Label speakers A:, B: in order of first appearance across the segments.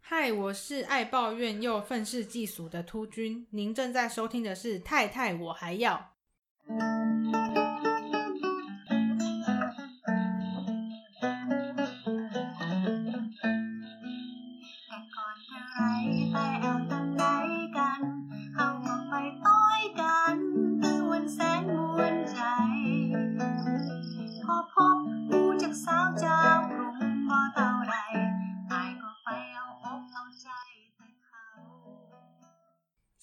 A: 嗨，我是爱抱怨又愤世嫉俗的秃君，您正在收听的是《太太我还要》。
B: แต่ก่อนจะไรแต่เอาตอนไหนกันเข้ามาไปต้อยกันคือวันแสนมวนใจ พอพบผู้จากสาวเจ้ากรุงพอเท่าไรตายก็ไปเอาอกเอาใจแต่เขา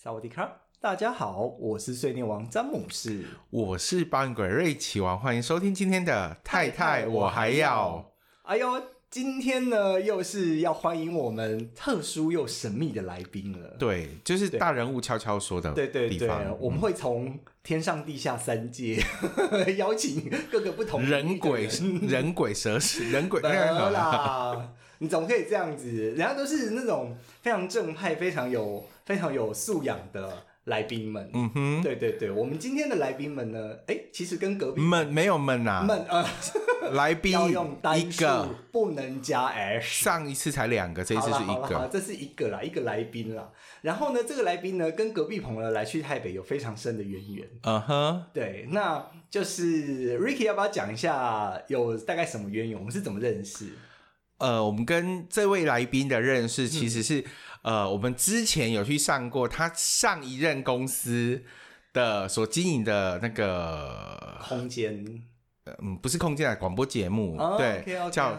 C: 萨瓦迪卡，大家好，我是碎念王詹姆士。
D: 我是八音鬼瑞奇王，欢迎收听今天的太太我还要。
C: 哎呦，今天呢又是要欢迎我们特殊又神秘的来宾了。
D: 对，就是大人物悄悄说的
C: 对对
D: 地
C: 对
D: 方，，嗯
C: 我们会从天上地下三界 邀请各个不同的
D: 人鬼
C: 人
D: 人鬼蛇神人鬼啊
C: 没有啦，你总可以这样子，人家都是那种非常正派、非常有非常有素养的来宾们。
D: 嗯哼，
C: 对对对，我们今天的来宾们呢，哎，其实跟隔壁
D: 闷没有闷啊，
C: 们呃。
D: 来宾
C: 要用单
D: 一
C: 数
D: 个，，
C: 不能加 s。
D: 上一次才两个，这一次是一
C: 好啦好啦好啦
D: 个，
C: 这是一个啦，一个来宾啦。然后呢，这个来宾呢，跟隔壁棚的来去台北有非常深的渊源。
D: 嗯哼，
C: 对，那就是 Ricky 要不要讲一下有大概什么渊源？我们是怎么认识？
D: 呃，我们跟这位来宾的认识其实是，
C: 嗯
D: 呃，我们之前有去上过他上一任公司的所经营的那个
C: 空间
D: 嗯，不是空间啊，广播节目，
C: 哦
D: 对
C: OK，OK，OK
D: 叫《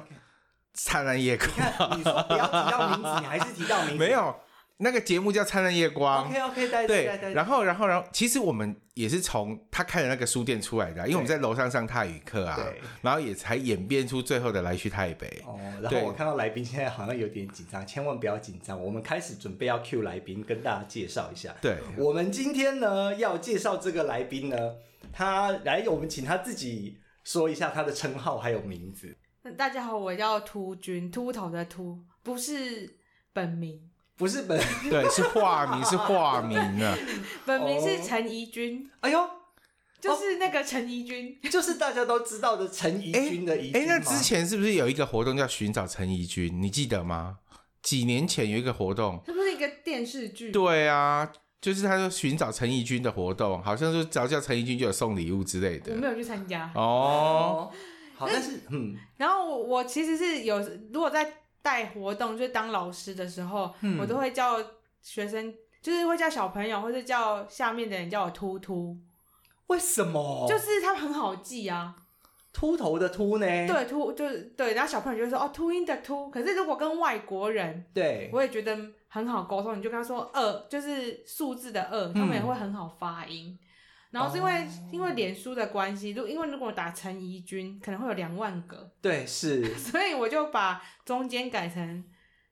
D: 灿烂夜光》
C: 看你说不要提到名字，你还是提到 名字。
D: 没有那个节目叫《灿烂夜光》
C: OK OK，大家
D: 对，然
C: 后
D: 后，然后，然后，其实我们也是从他开的那个书店出来的啊，因为我们在楼上上泰语课啊
C: 对，
D: 然后也才演变出最后的来去台北。
C: 哦，然后
D: 对
C: 我看到来宾现在好像有点紧张，千万不要紧张。我们开始准备要 Q 来宾，跟大家介绍一下。
D: 对，
C: 我们今天呢要介绍这个来宾呢，他来，我们请他自己说一下他的称号还有名字。
A: 那大家好，我叫秃君，秃头的秃，不是本名，
C: 不是本，
D: 对，是化名，是化名啊，
A: 本名是
C: 哦
A: 陈怡君，
C: 哎呦，
A: 就是那个陈怡君。
C: 就是大家都知道的陈怡君的怡君
D: 哎，那
C: 吗
D: 之前是不是有一个活动叫寻找陈怡君？你记得吗？几年前有一个活动，
A: 是不是一个电视剧？
D: 对啊，就是他说寻找陈怡君的活动，好像说只要叫陈怡君就有送礼物之类
A: 我没
D: 的。
A: 有去参加。
D: 哦，
C: 哦，好，但是嗯，
A: 然后我我其实是有，如果在带活动，就是当老师的时候，
C: 嗯
A: 我都会叫学生，就是会叫小朋友，或是叫下面的人叫我秃秃，
C: 为什么
A: 就是他们很好记啊。
C: 秃头的秃呢？
A: 对，秃就是对，然后小朋友就会说哦，秃鹰的秃。可是如果跟外国人，
C: 对，
A: 我也觉得很好沟通，你就跟他说二，就是数字的二，他们也
C: 嗯
A: 会很好发音。然后是因为、
C: 哦
A: 因为脸书的关系，如因为如果我打陈怡君，可能会有两万个，
C: 对是，
A: 所以我就把中间改成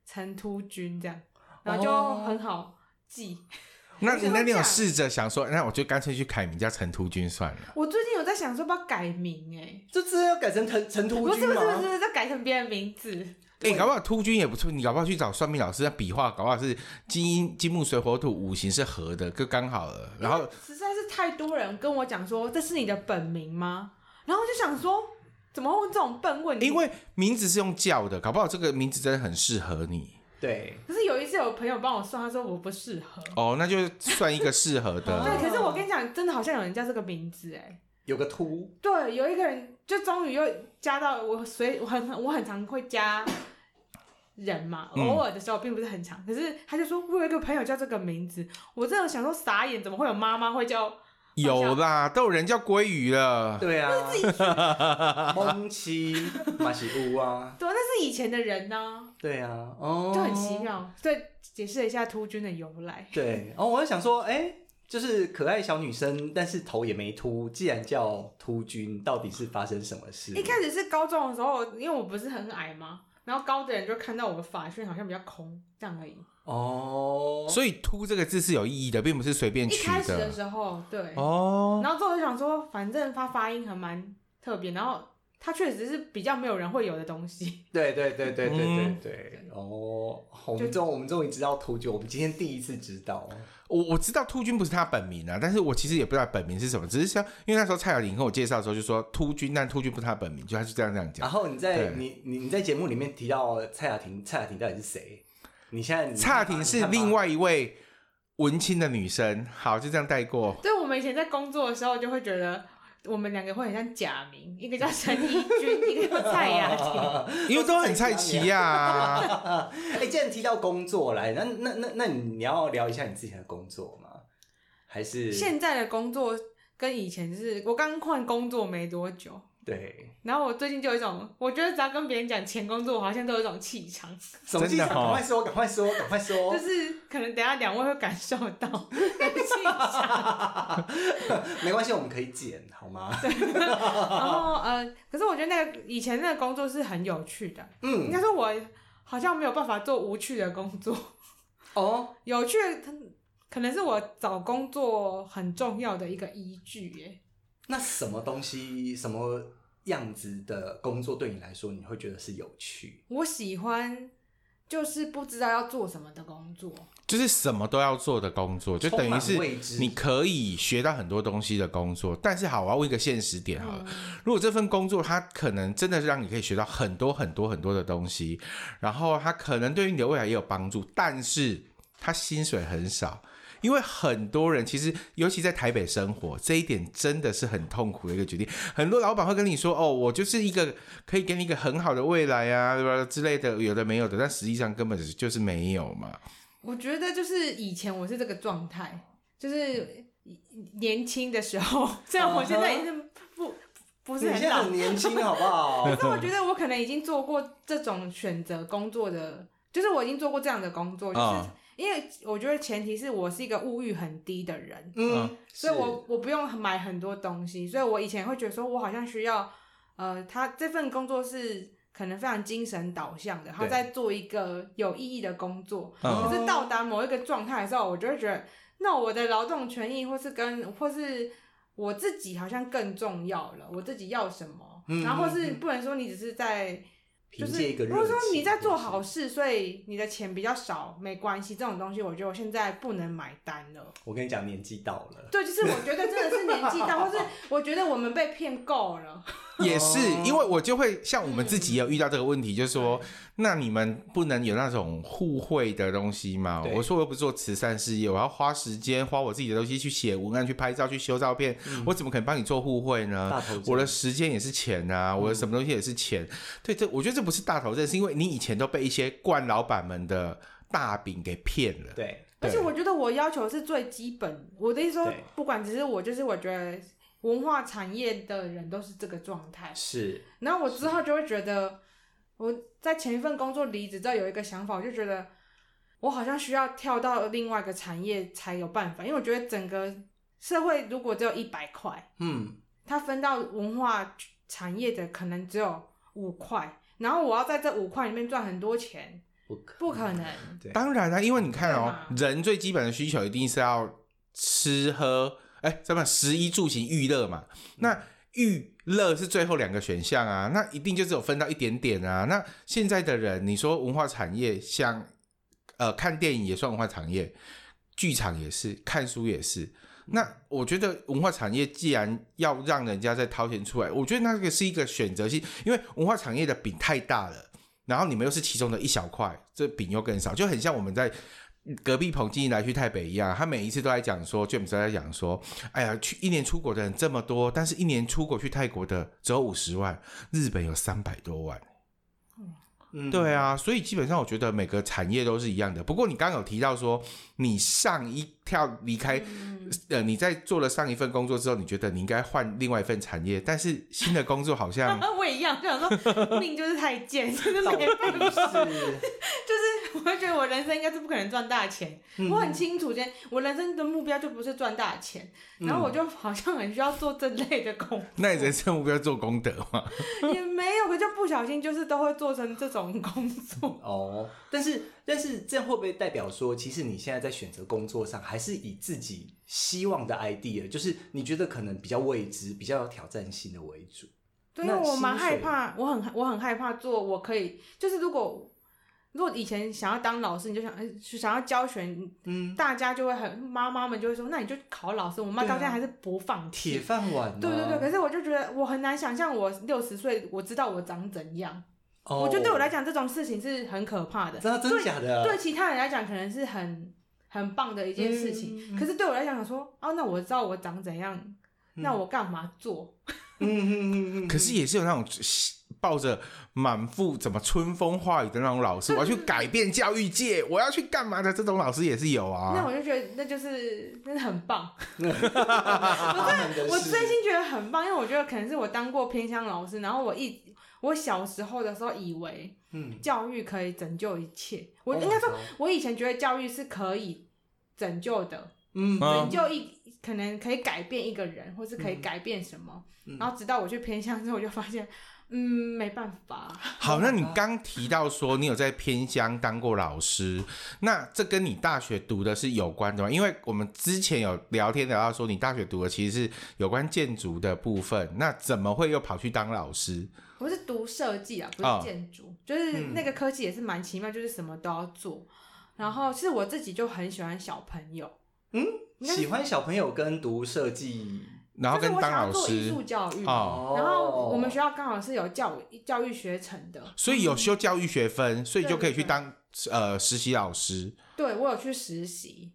A: 陈秃君这样，然后就
C: 哦
A: 很好记。
D: 那你那你
A: 我
D: 有
A: 想
D: 试着想说，那我就干脆去改名叫陈突君算了。
A: 我最近有在想说要不要改名哎、
C: 就真的要改成陈陈秃
A: 不是
C: 君
A: 不是
C: 吗
A: 不？是，要改成别人名字。
D: 哎、搞不好突君也不错，你搞不好去找算命老师，那笔画搞不好是金银金木水火土五行是合的，就刚好了。然后
A: 实在是太多人跟我讲说这是你的本名吗？然后我就想说，怎么会问这种笨问题？
D: 因为名字是用叫的，搞不好这个名字真的很适合你
C: 对，
A: 可是有一次有朋友帮我算，他说我不适合。
D: 哦，那就算一个适合
C: 哦
A: 对，
D: 的。
A: 可是我跟你讲，真的好像有人叫这个名字哎、
C: 有个秃，
A: 对，有一个人就终于又加到我随我很我很常会加人嘛，
D: 嗯
A: 偶尔的时候并不是很常。可是他就说我有一个朋友叫这个名字，我真的想说傻眼，怎么会有妈妈会叫？
D: 有啦，都有人叫鲑鱼了。
C: 对啊， 蒙七马西乌啊，
A: 对，那是以前的人呢、
C: 对啊，哦，
A: 就很奇妙。所以解释了一下秃君的由来。
C: 对，然后我就想说，哎、就是可爱小女生，但是头也没秃，既然叫秃君，到底是发生什么事？
A: 一开始是高中的时候，因为我不是很矮嘛，然后高的人就看到我的发圈好像比较空这样而已。
C: 哦，
D: 所以“突”这个字是有意义的，并不是随便
A: 一
D: 取
A: 开始的时候，对，
D: 哦，
A: 然后之后我就想说，反正他发音还蛮特别，然后他确实是比较没有人会有的东西。
C: 对对对对对对
D: 嗯
C: 对，哦，我们终我们终于知道秃君，我们今天第一次知道，
D: 我我知道秃君不是他本名啊，但是我其实也不知道本名是什么，只是像因为那时候蔡雅玲跟我介绍的时候就说秃君，但秃君不是他本名，
C: 啊
D: 就他就这样这样讲
C: 然。后你在
D: 对
C: 你你你在节目里面提到蔡雅婷，蔡雅婷到底是谁？你现在你
D: 差评是另，外一位文青的女生，好，就这样带 过。
A: 对，我们以前在工作的时候就会觉得。我们两个会很像假名，一个叫陈怡君，一个叫蔡雅婷。
D: 因为都很菜奇 呀、啊。
C: 你看吧哎，既然提到工作来，那那那那你要聊一下你自己的工作吗？还 是
A: 现在的工作跟以前是我刚换工作没多久，
C: 对
A: 然后我最近就有一种，我觉得只要跟别人讲前工作，我好像都有一种气场，
C: 什么
D: 真
C: 技
D: 的
C: 巧？赶
D: 哦
C: 快说，赶快说，赶快
A: 就！
C: 说
A: 是可能等一下两位会感受到 那个气场。
C: 没关系，我们可以剪好吗？
A: 然后呃，可是我觉得那个以前那个工作是很有趣的，应
C: 嗯，
A: 该说我好像没有办法做无趣的工作，
C: 哦，
A: 有趣的它可能是我找工作很重要的一个依据耶。
C: 那什么东西，什么样子的工作对你来说，你会觉得是有趣？
A: 我喜欢就是不知道要做什么的工作，
D: 就是什么都要做的工作，就等于
C: 充
D: 是
C: 满未知
D: 你可以学到很多东西的工作。但是好，我要问一个现实点好
C: 嗯
D: 了，如果这份工作它可能真的是让你可以学到很多很多很多的东西，然后它可能对于你的未来也有帮助，但是它薪水很少。因为很多人其实，尤其在台北生活，这一点真的是很痛苦的一个决定。很多老板会跟你说：“哦，我就是一个可以给你一个很好的未来啊，对吧？之类的，有的没有的。”但实际上根本就是没有嘛。
A: 我觉得就是以前我是这个状态，就是
C: 嗯
A: 年轻的时候， 虽然我现在已经不不
C: 你
A: 是
C: 现
A: 很
C: 在
A: 老，
C: 很年轻，好 不好？
A: 但我觉得我可能已经做过这种选择工作的，就是我已经做过这样的工作，就是、
D: 啊
A: 因为我觉得前提是我是一个物欲很低的人，
C: 嗯，
A: 所以
C: 是
A: 我我不用买很多东西，所以我以前会觉得说我好像需要，呃，他这份工作是可能非常精神导向的，他
C: 对
A: 在做一个有意义的工作，
D: 嗯
A: 可是到达某一个状态的时候，我就会觉得，那我的劳动权益或是跟或是我自己好像更重要了，我自己要什么，
C: 嗯
A: 然后或是不能说你只是在。就
C: 凭
A: 是
C: 借一个热
A: 如果说
C: 情
A: 你在做好事，所以你的钱比较少，没关系。这种东西，我觉得我现在不能买单了。
C: 我跟你讲，年纪到了，
A: 对，就是我觉得真的是年纪大，或 是我觉得我们被骗够了。
D: 也是
C: 哦，
D: 因为我就会像我们自己也有遇到这个问题，就是说，那你们不能有那种互惠的东西嘛？
C: 对
D: 我说我又不做慈善事业，我要花时间花我自己的东西去写文案、去拍照、去修照片，我怎么可能帮你做互惠呢
C: 大头？针
D: 嗯我的时间也是钱啊，我的什么东西也是钱。啊对，这我觉得这不是大头症，是因为你以前都被一些惯老板们的大饼给骗了。
C: 对
A: 而且我觉得我要求是最基本，我的意思说
C: 对，
A: 不管只是我，就是我觉得文化产业的人都是这个状态。
C: 是，
A: 然后我之后就会觉得，我在前一份工作离职之后有一个想法，我就觉得我好像需要跳到另外一个产业才有办法，因为我觉得整个社会如果只有一百块，
C: 嗯，
A: 它分到文化产业的可能只有五块，然后我要在这五块里面赚很多钱，
C: 不可
A: 不可能。
C: 对，
D: 当然啦、因为你看
A: 对
D: 哦
A: 嘛，
D: 人最基本的需求一定是要吃喝，哎，咱们食衣住行娱乐嘛。
A: 嗯
D: 那娱乐是最后两个选项啊，那一定就只有分到一点点啊。那现在的人，你说文化产业像呃看电影也算文化产业，剧场也是，看书也
A: 嗯
D: 是。那我觉得文化产业既然要让人家再掏钱出来，我觉得那个是一个选择性，因为文化产业的饼太大了，然后你们又是其中的一小块，这饼又更少，就很像我们在。隔壁彭金来去台北一样，他每一次都在讲说，James 都在讲说，哎呀，去一年出国的人这么多，但是一年出国去泰国的只有五十万，日本有三百多万，
C: 嗯
D: 对，啊，所以基本上我觉得每个产业都是一样的。不过你刚刚有提到说，你上一跳离开，呃，你在做了上一份工作之后，你觉得你应该换另外一份产业，但是新的工作好像
A: 啊我也一样，就想说命就是太贱，就是
C: 到
A: 没
C: 底
A: 办法。
C: 是
A: 就是我会觉得我人生应该是不可能赚大钱，
C: 嗯
A: 我很清楚，今天我人生的目标就不是赚大钱，
C: 嗯
A: 然后我就好像很需要做这类的工 作，
D: 那你人生目标做功德嘛？
A: 也没有，可就不小心就是都会做成这种工 作。
C: 哦，但是但是这样会不会代表说，其实你现在在选择工作上，还是以自己希望的 idea，就是你觉得可能比较未知、比较有挑战性的为主？
A: 对，因
C: 那
A: 为我蛮
C: 薪水
A: 害怕，我很我很害怕做，我可以就是如果如果以前想要当老师，你就想哎想要教学，
C: 嗯，
A: 大家就会很妈妈们就会说，那你就考老师。我妈
C: 对
A: 到
C: 啊
A: 现在还是不放
C: 铁
A: 弃。
C: 饭碗、啊。
A: 对对对，可是我就觉得我很难想象，我六十岁我知道我长怎样，
C: 哦
A: 我觉得对我来，讲，这种事情是很可怕的。
C: 真的真的假的？
A: 对其他人来讲，可能是很很棒的一件事情。
C: 嗯
A: 可是对我来讲，想说啊，那我知道我长怎样，那我干嘛做？
C: 嗯，嗯嗯嗯嗯，
D: 可是也是有那种抱着满腹怎么春风化雨的那种老师，我要去
A: 嗯
D: 改变教育界，我要去干嘛的这种老师也是有
A: 那
D: 啊。
A: 我就觉得那就是那是很棒。
C: 我真
A: 我真心觉得很棒，因为我觉得可能是我当过偏乡老师，然后我一我小时候的时候以为
C: 嗯，
A: 教育可以拯救一切，我
C: 哦
A: 应该说
C: 好，
A: 我以前觉得教育是可以拯救的，
C: 嗯
D: 嗯
A: 拯救一可能可以改变一个人，或是可以改变什么。
C: 嗯
A: 然后直到我去偏乡之后，我就发现，嗯，没办法，
D: 好，那你刚提到说你有在偏乡当过老师，那这跟你大学读的是有关的吗？因为我们之前有聊天聊到说你大学读的其实是有关建筑的部分，那怎么会又跑去当老师？
A: 我是读设计啊，不
D: 哦
A: 是建筑，就是那个科技也是蛮奇妙，就是什么都要做。然后是我自己就很喜欢小朋友，应该是
C: 喜欢小朋友跟读设计
D: 然后
A: 就是
D: 跟
A: 我
D: 当
A: 想要
D: 老
A: 做艺
D: 师
A: 术教育。
D: 哦，
C: 哦，
A: 然后我们学校刚好是有教教育学程的，
D: 所以有修教育学分，所以就可以去
A: 嗯对对对
D: 当呃实习老师。
A: 对我有去实习，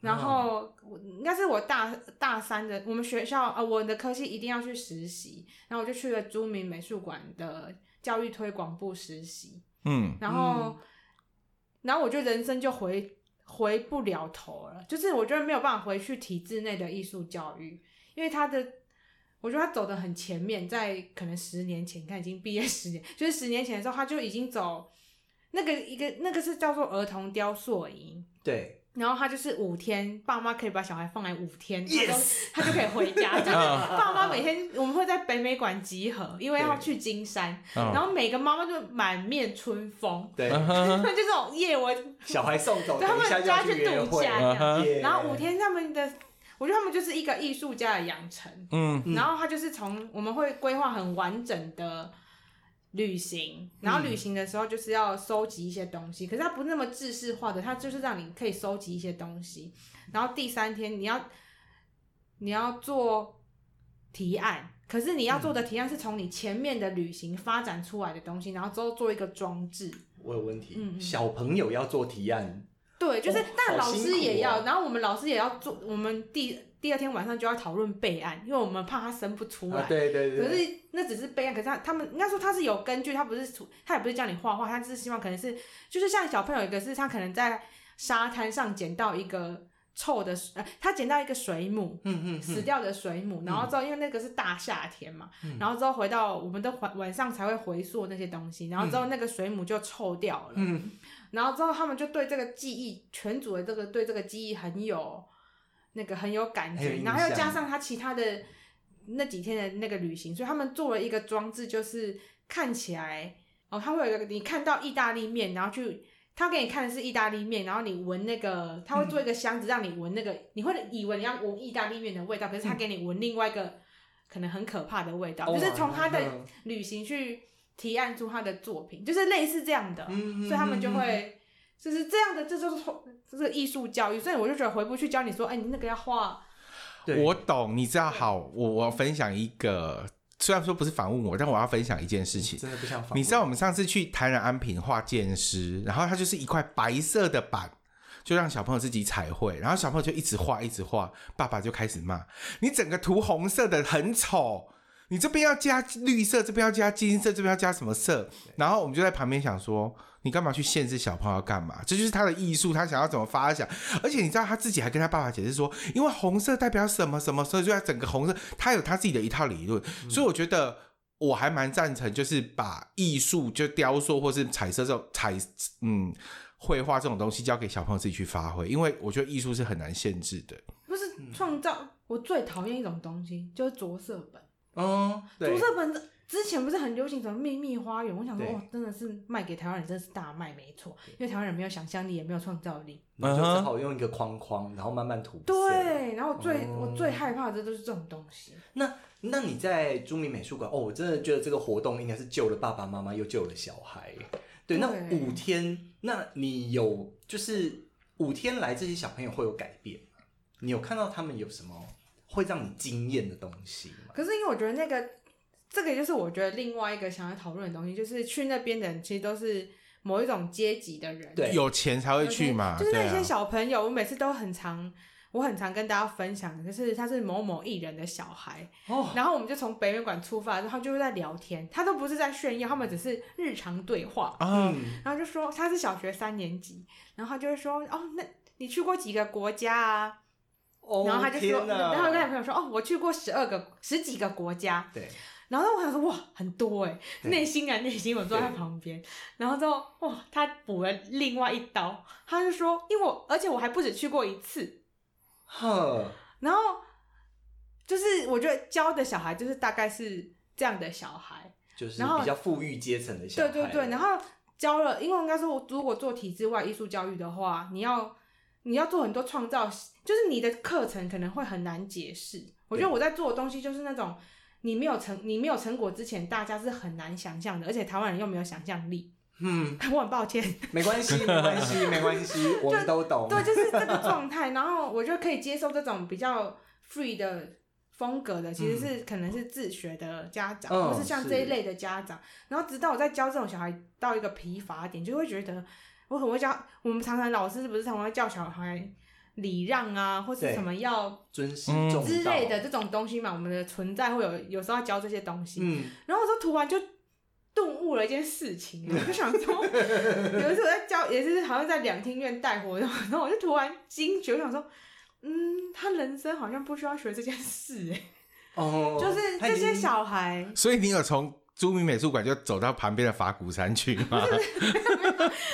A: 然后我应该是我大大三的，我们学校呃我的科系一定要去实习，然后我就去了朱明美术馆的教育推广部实习，
D: 嗯，
A: 然后、然后我就人生就回回不了头了，就是我觉得没有办法回去体制内的艺术教育，因为他的。我觉得他走的很前面，在可能十年前，你看已经毕业十年，就是十年前的时候，他就已经走那个一个那个是叫做儿童雕塑营，
C: 对
A: 然后他就是五天，爸妈可以把小孩放来五天他都他就可以回 家。就是爸妈每天我们会在北美馆集合，因为要去金山，
D: 嗯
A: 然后每个妈妈就满面春风，
C: 对，
D: 嗯 哼
A: 那就这种夜晚，
C: 小孩送走，
A: 对他
C: 等一
A: 们
C: 下就
A: 家
C: 去
A: 去
C: 约
A: 度
C: 会，
A: 假
D: 嗯
A: 这样。
D: 哼
C: 耶
A: 然后五天他们的，我觉得他们就是一个艺术家的养成。
D: 嗯
A: 然后他就是从我们会规划很完整的旅行，
C: 嗯
A: 然后旅行的时候就是要收集一些东西，可是它不那么制式化的，它就是让你可以收集一些东西。然后第三天你要你要做提案，可是你要做的提案是从你前面的旅行发展出来的东西，然后之后做一个装置。
C: 我有问题，
A: 嗯嗯
C: 小朋友要做提案，
A: 对，就是，
C: 哦
A: 但
C: 好
A: 老
C: 辛
A: 师也
C: 苦哦
A: 要，然后我们老师也要做，我们第第二天晚上就要讨论备案，因为我们怕他生不出来。
C: 啊，对对
A: 可
C: 对，
A: 是那只是备案，可是他他们应该说他是有根据，他不是图他也不是叫你画画，他只是希望可能是就是像小朋友有一个是他可能在沙滩上捡到一个臭的水，呃，他捡到一个水母，
C: 嗯嗯
A: 死
C: 嗯，
A: 掉的水母，然后之后因为那个是大夏天嘛，
C: 嗯
A: 然后之后回到我们的晚晚上才会回溯那些东西，然后之后那个水母就臭掉了，
C: 嗯
A: 然后之后他们就对这个记忆，全组的这个对这个记忆很有那个很有感
C: 很有
A: 觉，
C: 印
A: 然后又
C: 象
A: 加上他其他的那几天的那个旅行，所以他们做了一个装置，就是看起来哦，他会有一个你看到意大利面，然后去。他给你看的是意大利面，然后你闻那个，他会做一个箱子让你闻那个，你会以为你要闻意大利面的味道，可是他给你闻另外一个、可能很可怕的味道，
C: 嗯哦
A: 就是从他的
C: 嗯
A: 旅行去提案出他的作品，就是类似这样的。
C: 嗯，
A: 所以他们就
C: 嗯。嗯嗯
A: 会就是这样的，这就是这是艺术教育。所以我就觉得回不去教你说，哎，你那个要画，
C: 对
D: 我懂，你知道，好，我我要分享一个，虽然说不是反问我，但我要分享一件事情。
C: 真的不想仿，
D: 你知道我们上次去台南安平画剑师，然后它就是一块白色的板，就让小朋友自己彩绘，然后小朋友就一直画一直画，爸爸就开始骂你整个涂红色的很丑，你这边要加绿色，这边要加金色，这边要加什么色？然后我们就在旁边想说。你干嘛去限制小朋友要干嘛？这就是他的艺术，他想要怎么发想。而且你知道他自己还跟他爸爸解释说，因为红色代表什么什么，所以就要整个红色。他有他自己的一套理论，所以我觉得我还蛮赞成，就是把艺术就雕塑或是彩色这种彩嗯绘画这种东西交给小朋友自己去发挥，因为我觉得艺术是很难限制的。
A: 不是
C: 嗯
A: 创造。我最讨厌一种东西，就是着色本。
D: 哦
C: 嗯，对
A: 着，色本之前不是很流行什么秘密花园？我想说，
C: 对
A: 哇，真的是卖给台湾人，真的是大卖，没错。因为台湾人没有想象力，也没有创造力。
C: 你就只
D: 嗯哼
C: 好用一个框框，然后慢慢涂色。
A: 对，然后我最、
C: 哦
A: 我最害怕的就是这种东西。
C: 那那你在朱明美术馆哦，我真的觉得这个活动应该是救了爸爸妈妈，又救了小孩。对，那
A: 对
C: 五天，那你有就是五天来这些小朋友会有改变吗？你有看到他们有什么会让你惊艳的东西吗？
A: 可是因为我觉得那个这个就是我觉得另外一个想要讨论的东西，就是去那边的人其实都是某一种阶级的人，
C: 对
D: 有钱才会去嘛，
A: 就是
D: 对
A: 那
D: 啊
A: 些。小朋友，我每次都很常，我很常跟大家分享，就是他是某某艺人的小孩，
C: 哦，
A: 然后我们就从北美馆出发，然后就会在聊天，他都不是在炫耀，他们只是日常对话，
D: 啊，
C: 嗯，
A: 然后就说他是小学三年级，然后他就会说哦，那你去过几个国家啊？
C: 哦
A: 然后他就说，
C: 天哪
A: 然后跟他朋友说，哦，我去过十二个、十几个国家。
C: 对，
A: 然后我想说，哇，很多哎，
C: 对
A: 内心啊，内心，我坐在旁边。然后之后，哇，他补了另外一刀，他就说，因为我，而且我还不止去过一次。
C: 呵，
A: 然后就是我觉得教的小孩就是大概是这样的小孩，
C: 就是
A: 然后
C: 比较富裕阶层的小
A: 对
C: 孩，
A: 对对。然后教了，因为应该说，我如果做体制外艺术教育的话，你要你要做很多创造，就是你的课程可能会很难解释。我觉得我在做的东西就是那种你没有成你没有成果之前，大家是很难想象的，而且台湾人又没有想象力。
C: 嗯，
A: 我很抱歉，
C: 没 关系，没关系，没关系，我们都懂，
A: 对，就是这个状态。然后我就可以接受这种比较 free 的风格的，其实是可能是自学的家长，
C: 嗯
A: 或是像
C: 是
A: 这一类的家长。然后直到我在教这种小孩到一个疲乏点，就会觉得我很会教。我们常常老师不是常常会叫小孩礼让啊，或是
C: 对
A: 什么要
C: 尊师重道
A: 之类的，这种东西嘛，我们的存在会有有时候要教这些东西。
C: 嗯，
A: 然后我就突然就顿悟了一件事情，啊 我就想说，有一次我在教，也是好像在两厅院带活动，然后我 就突然惊觉，我想说，嗯，他人生好像不需要学这件事，哎
C: 哦，
A: 就是
C: 他
A: 这
C: 已
A: 些
C: 经
A: 小孩，
D: 所以你有从朱明美术馆就走到旁边的法鼓山去吗？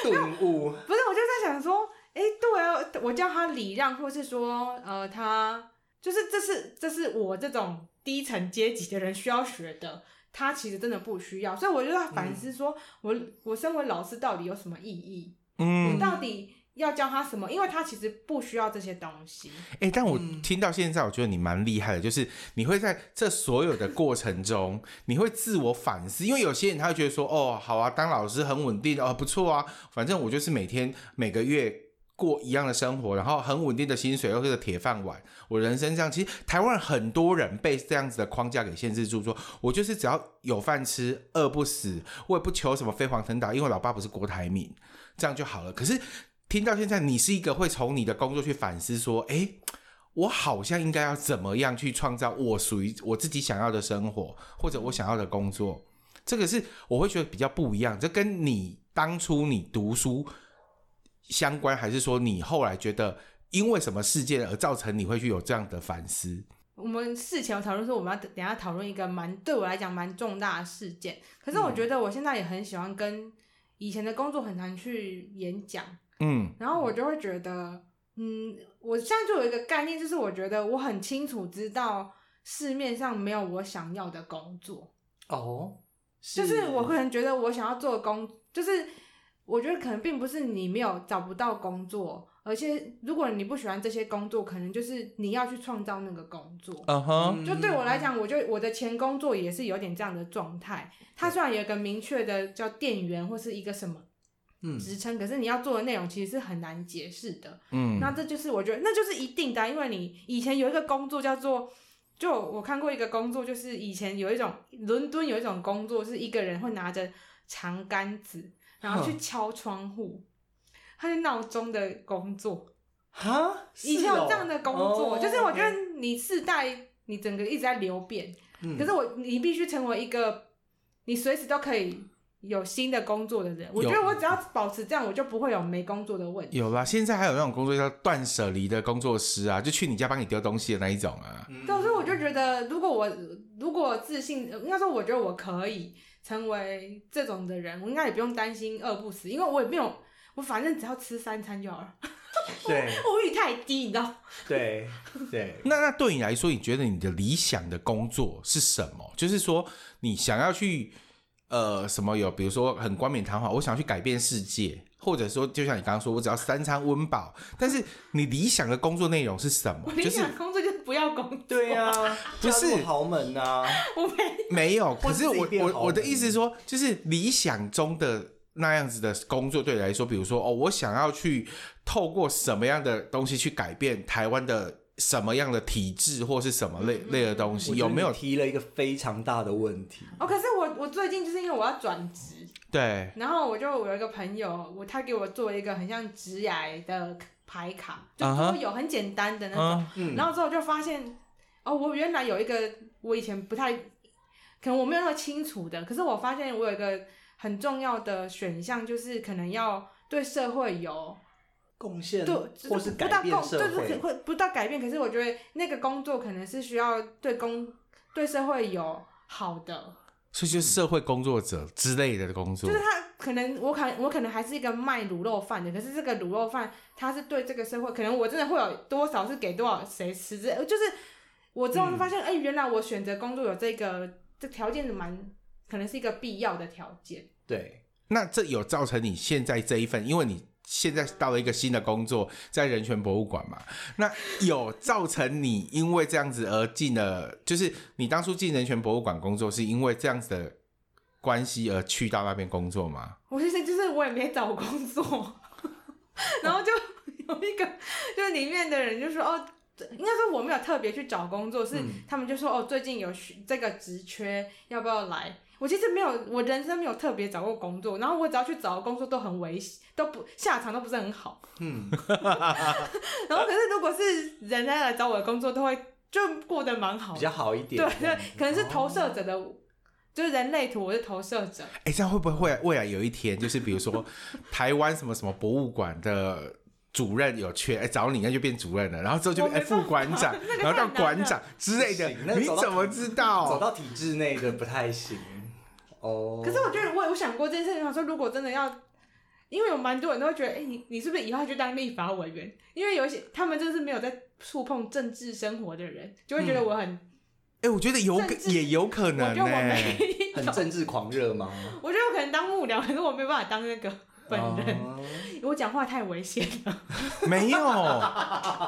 C: 顿悟，
A: 不是，我就在想说，哎，对啊，我叫他礼让，或是说，呃，他就是这是这是我这种低层阶级的人需要学的。他其实真的不需要，所以我就在反思说，我我身为老师到底有什么意义？我
D: 嗯，
A: 到底要教他什么？因为他其实不需要这些东西。
D: 哎、但我听到现在，我觉得你蛮厉害的，就是你会在这所有的过程中，你会自我反思，因为有些人他会觉得说，哦，好啊，当老师很稳定哦，不错啊，反正我就是每天每个月。过一样的生活，然后很稳定的薪水，又是个铁饭碗。我人生这样，其实台湾很多人被这样子的框架给限制住，说我就是只要有饭吃，饿不死，我也不求什么飞黄腾达，因为我老爸不是郭台铭，这样就好了。可是听到现在，你是一个会从你的工作去反思，说，哎、我好像应该要怎么样去创造我属于我自己想要的生活，或者我想要的工作。这个是我会觉得比较不一样，这跟你当初你读书相关，还是说你后来觉得因为什么事件而造成你会去有这样的反思？
A: 我们事前有讨论说，我们要等一下讨论一个蛮对我来讲蛮重大的事件。可
D: 嗯
A: 是我觉得我现在也很喜欢跟以前的工作很常去演讲，
D: 嗯
A: 然后我就会觉得，嗯，我现在就有一个概念，就是我觉得我很清楚知道市面上没有我想要的工作。
C: 哦，
A: 就是我可能觉得我想要做的工，就是我觉得可能并不是你没有找不到工作，而且如果你不喜欢这些工作，可能就是你要去创造那个工作。
D: 嗯哼，
A: 就对我来讲，我就我的前工作也是有点这样的状态。它虽然有一个明确的叫店员或是一个什么
C: 嗯，
A: 职称，可是你要做的内容其实是很难解释的。
D: 嗯，
A: 那这就是我觉得那就是一定的啊、因为你以前有一个工作叫做，就我看过一个工作，就是以前有一种伦敦有一种工作，是一个人会拿着长杆子，然后去敲窗户，它是闹钟的工作。
C: 哈，
A: 以前有这样的工作，
C: 哦
A: 就是我觉得你世代你整个一直在流变，
C: 嗯
A: 可是我你必须成为一个你随时都可以。有新的工作的人，我
D: 有
A: 觉得我只要保持这样，我就不会有没工作的问题。
D: 有啦，现在还有那种工作叫断舍离的工作师啊，就去你家帮你丢东西的那一种啊。
C: 嗯
A: 对，所以我就觉得，如果我如果自信，呃应该说，我觉得我可以成为这种的人，我应该也不用担心饿不死，因为我也没有，我反正只要吃三餐就好了。
C: 对
A: 物欲太低，你知道？
C: 对对，
D: 那那对你来说，你觉得你的理想的工作是什么？就是说，你想要去呃什么有，比如说很冠冕堂皇，我想要去改变世界，或者说就像你刚刚说，我只要三餐温饱。但是你理想的工作内容是什么
A: 我？
D: 就
A: 理
D: 是
A: 想工作就是不要工作，
C: 对呀、
D: 不是
C: 嫁入豪门啊呐、
A: 我没
D: 没有。
C: 或
D: 可
C: 者
D: 是
C: 自己
D: 我
C: 变
D: 我
C: 好
D: 我的
C: 人
D: 意思是说，就是理想中的那样子的工作，对你来说，比如说哦，我想要去透过什么样的东西去改变台湾的什么样的体制或是什么类类的东
C: 嗯
D: 西，
C: 我觉得
D: 有没有
C: 你？提了一个非常大的问题？
A: 哦，可是我我最近就是因为我要转职，
D: 对，
A: 然后我就有一个朋友，我他给我做一个很像职涯的牌卡，就
D: 啊哈
A: 桌游很简单的那种。
D: 嗯，
C: 嗯，
A: 然后之后我就发现，哦，我原来有一个我以前不太，可能我没有那么清楚的，可是我发现我有一个很重要的选项，就是可能要对社会有
C: 贡献
A: 对，
C: 嗯或
A: 就是不到
C: 改变
A: 贡，
C: 社
A: 就是可
C: 会，
A: 会不到改变，可是我觉得那个工作可能是需要对工对社会有好的，
D: 所以就是社会工作者之类的工作，
A: 就是他可能我可我可能还是一个卖卤肉饭的，可是这个卤肉饭它是对这个社会，可能我真的会有多少是给多少谁吃之类，就是我之后就发现，哎、原来我选择工作有这个这条件蛮可能是一个必要的条件，
C: 对，
D: 那这有造成你现在这一份，因为你现在到了一个新的工作，在人权博物馆嘛，那有造成你因为这样子而进了，就是你当初进人权博物馆工作，是因为这样子的关系而去到那边工作吗？
A: 我就是就是我也没找工作， 然后就有一个就是里面的人就说哦。应该说我没有特别去找工作，是
C: 嗯
A: 他们就说哦，最近有需这个职缺，要不要来？我其实没有，我人生没有特别找过工作，然后我只要去找的工作都很危险，都不下场都不是很好。
C: 嗯，
A: 然后可是如果是人家来找我的工作，都会就过得蛮好
C: 比
A: 的。
C: 较好一点。
A: 对对，可能是投
C: 哦
A: 射者的，就是人类图，我是投射者。
D: 哎、这样会不会未来有一天，就是比如说台湾什么什么博物馆的主任有缺，哎、找你那就变主任了，然后之后就
A: 我
D: 变哎、
A: 没
D: 副
A: 办法
D: 馆 长，
A: 个
D: 然后
A: 太
D: 到
A: 难
D: 馆
A: 了
D: 长之类的
C: 不行那，个
D: 你
C: 走到
D: 怎么
C: 头
D: 知道？
C: 走到体制内的不太行哦。
A: 可是我觉得我有想过这件事情，想说如果真的要，因为有蛮多人都会觉得，哎、你你是不是以后就当立法委员？因为有一些他们就是没有在触碰政治生活的人，就会觉
C: 嗯
A: 得我很，
D: 哎、我觉得有可
A: 甚至
D: 也有可
A: 我
D: 能
A: 觉得
D: 呢、
A: 我没
C: 很
A: 有，
C: 政治狂热吗？
A: 我觉得我可能当幕僚，可是我没办法当那个本人，
C: 哦
A: 我讲话太危险了。
D: 没有，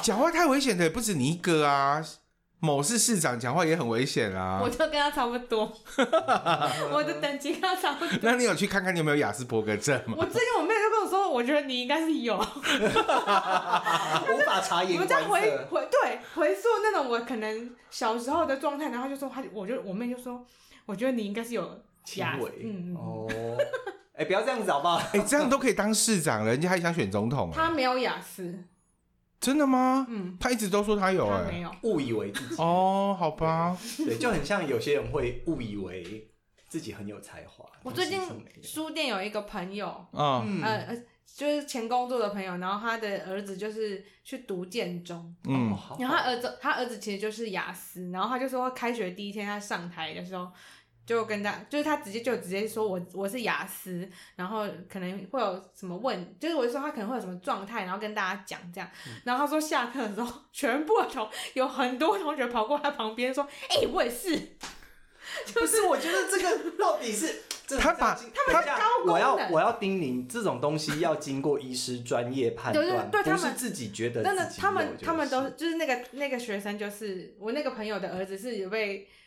D: 讲话太危险的也不止你一个啊。某市市长讲话也很危险啊
A: 我。就跟他差不 多，我的等级跟他差不多。
D: 那你有去看看你有没有雅斯伯格症吗？
A: 我最近我妹就跟我说，我觉得你应该是有。
C: 啊无法察言
A: 我
C: 观
A: 再回
C: 色。
A: 回对回溯那种我可能小时候的状态，然后就说他，我就我妹就说，我觉得你应该是有
C: 轻
A: 假
C: 微，
A: 嗯嗯嗯
C: 哦，哎、不要这样子好不好？
D: 哎、这样都可以当市长了，人家还想选总统、
A: 他
D: 啊？
A: 没有雅思，
D: 真的吗？
A: 嗯，
D: 他一直都说他有、
A: 他没
D: 哎。
A: 有，
C: 误以为自己，
D: 哦，好吧，
C: 对，就很像有些人会误以为自己很有才华。
A: 我最近
C: 但其实没有
A: 书店有一个朋友，
D: 嗯
A: 呃
C: 嗯，
A: 呃，就是前工作的朋友，然后他的儿子就是去读建中，
D: 嗯
C: 哦，好
A: 然后他儿子他儿子其实就是雅思，然后他就说开学第一天他上台的时候。就跟他，就是他直接就直接说我我是雅思，然后可能会有什么问，就是我就说他可能会有什么状态，然后跟大家讲这样。
C: 嗯
A: 然后他说下课的时候，全部的同有很多同学跑过他旁边说：“哎、我也是。”
C: 不是，我觉得 这个到底是这
D: 他把
C: 他们
A: 高功能
C: 我要我要叮咛，这种东西要经过医师专业判
A: 对
C: 断，
A: 对对他
C: 不
A: 们
C: 是自己觉得
A: 真
C: 自
A: 的，
C: 己
A: 他
C: 有
A: 们
C: 就是
A: 他们都就是那个那个学生，就是我那个朋友的儿子是有被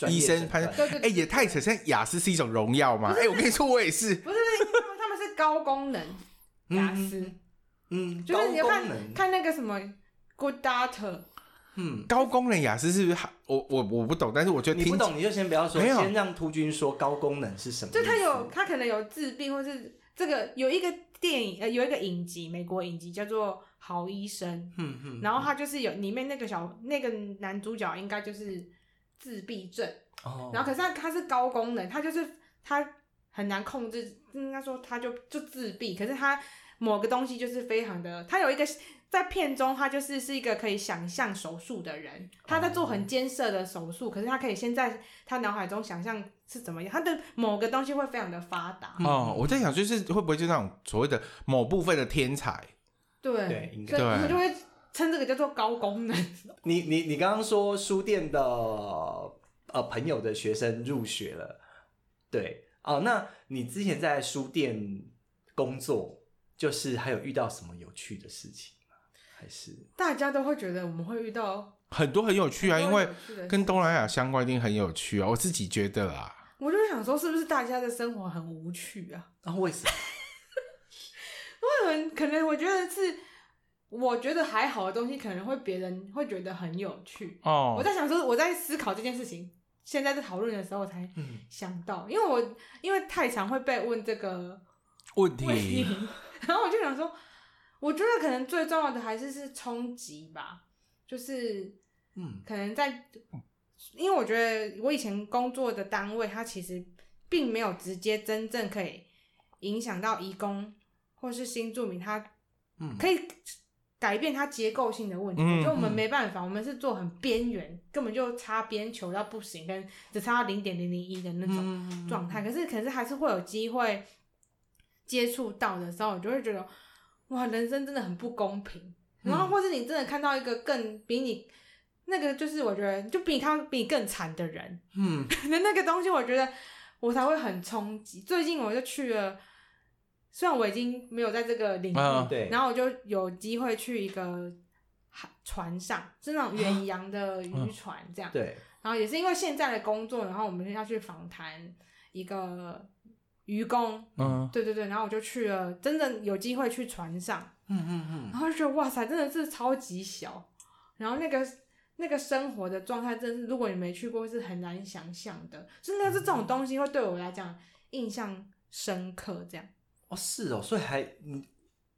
C: 专业
D: 医生
C: 诊
D: 判
C: 断
A: 对对
D: 哎、也太扯，现在雅思是一种荣耀嘛？哎、我跟你说，我也是。
A: 不是不是，他们他们是高功能雅思，
C: 嗯，
A: 就是你
C: 高
A: 看
C: 功能，
A: 看那个什么 Good Doctor，
C: 嗯，
D: 高功能雅思是不是？我我我不懂，但是我觉得
C: 你不
D: 听
C: 懂你就先不要说，
D: 没有
C: 先让秃君说高功能是什么意思，
A: 就他有他可能有自闭，或是这个有一个电影呃有一个影集，美国影集叫做《好医生
C: 嗯，嗯》，嗯，
A: 然后他就是有里面那个小那个男主角应该就是自闭症。
C: 哦
A: 然后可是他他是高功能，他就是他很难控制，应该说他就就自闭，可是他某个东西就是非常的，他有一个在片中他就是是一个可以想象手术的人，他在做很艰涩的手术，可是他可以先在他脑海中想象是怎么样，他的某个东西会非常的发达，
D: 哦，我在想，就是会不会就那种所谓的某部分的天才？
A: 对，
C: 对应该
A: 所以我们
D: 对
A: 就会称这个叫做高功能，
C: 你你你刚刚说书店的呃朋友的学生入学了，对哦，那你之前在书店工作，就是还有遇到什么有趣的事情吗？还是
A: 大家都会觉得我们会遇到
D: 很多很有趣啊，
A: 很
D: 因
A: 多
D: 为
A: 有趣的
D: 跟东南亚相关一定很有趣啊，我自己觉得啊啦。
A: 我就想说是不是大家的生活很无趣啊？
C: 啊、为什么？
A: 可能可能我觉得是我觉得还好的东西，可能会别人会觉得很有趣。我
D: 哦，
A: 在想说，我在思考这件事情，现在在讨论的时候我才
C: 嗯，
A: 想到，因为我因为太常会被问这个
D: 问
A: 问题
D: 题，嗯
A: 然后我就想说，我觉得可能最重要的还是是冲击吧，就是
C: 嗯
A: 可能在，因为我觉得我以前工作的单位，它其实并没有直接真正可以影响到移工或是新住民，它
C: 嗯
A: 可以改变它结构性的问题。
D: 嗯
A: 我觉得我们没办法，我们是做很边缘，根本就擦边球到不行，跟只差零点零零一的那种。
C: 嗯
A: 状态，可是可是还是会有机会接触到的时候，你就会觉得哇，人生真的很不公平。
D: 嗯
A: 然后或是你真的看到一个更比你那个，就是我觉得就比他比你更惨的人
C: 嗯
A: 的 那个东西，我觉得我才会很冲击。最近我就去了。虽然我已经没有在这个领域，
D: 嗯
C: 对
A: 然后我就有机会去一个海船上，是那种远洋的
D: 嗯
A: 渔船这样。
C: 对，
A: 然后也是因为现在的工作，然后我们要去访谈一个渔工，
D: 嗯，
A: 对对对，然后我就去了，真的有机会去船上，
C: 嗯嗯
A: 然后就觉得哇塞，真的是超级小，然后那个那个生活的状态，真的是如果你没去过，是很难想象的，真的是这
C: 嗯
A: 种东西会对我来讲印象深刻，这样，
C: 哦是哦，所以还你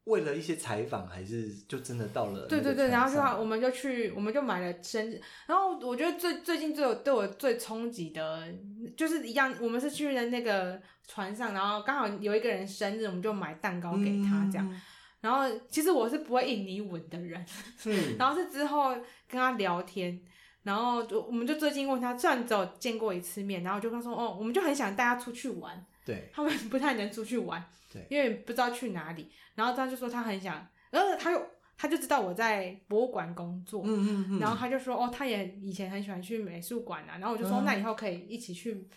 C: 为了一些采访，还是就真的到了
A: 对
C: 那个
A: 对对，
C: 船
A: 然后就
C: 上
A: 我们就去，我们就买了生日，然后我觉得最最近最有对我最冲击的，就是一样，我们是去了那个船上，然后刚好有一个人生日，我们就买蛋糕给他这样。，然后其实我是不会印尼文的人，
C: 嗯
A: 然后是之后跟他聊天，然后就我们就最近问他，虽然只有见过一次面，然后我就跟他说，哦，我们就很想带他出去玩，
C: 对，
A: 他们 不太能出去玩，
C: 对
A: 因为不知道去哪里。然后他就说他很想，然后他又他就知道我在博物馆工作，
C: 嗯嗯
A: 然后他就说哦，他也以前很喜欢去美术馆啊。然后我就说、
C: 嗯
A: 那以后可以一起去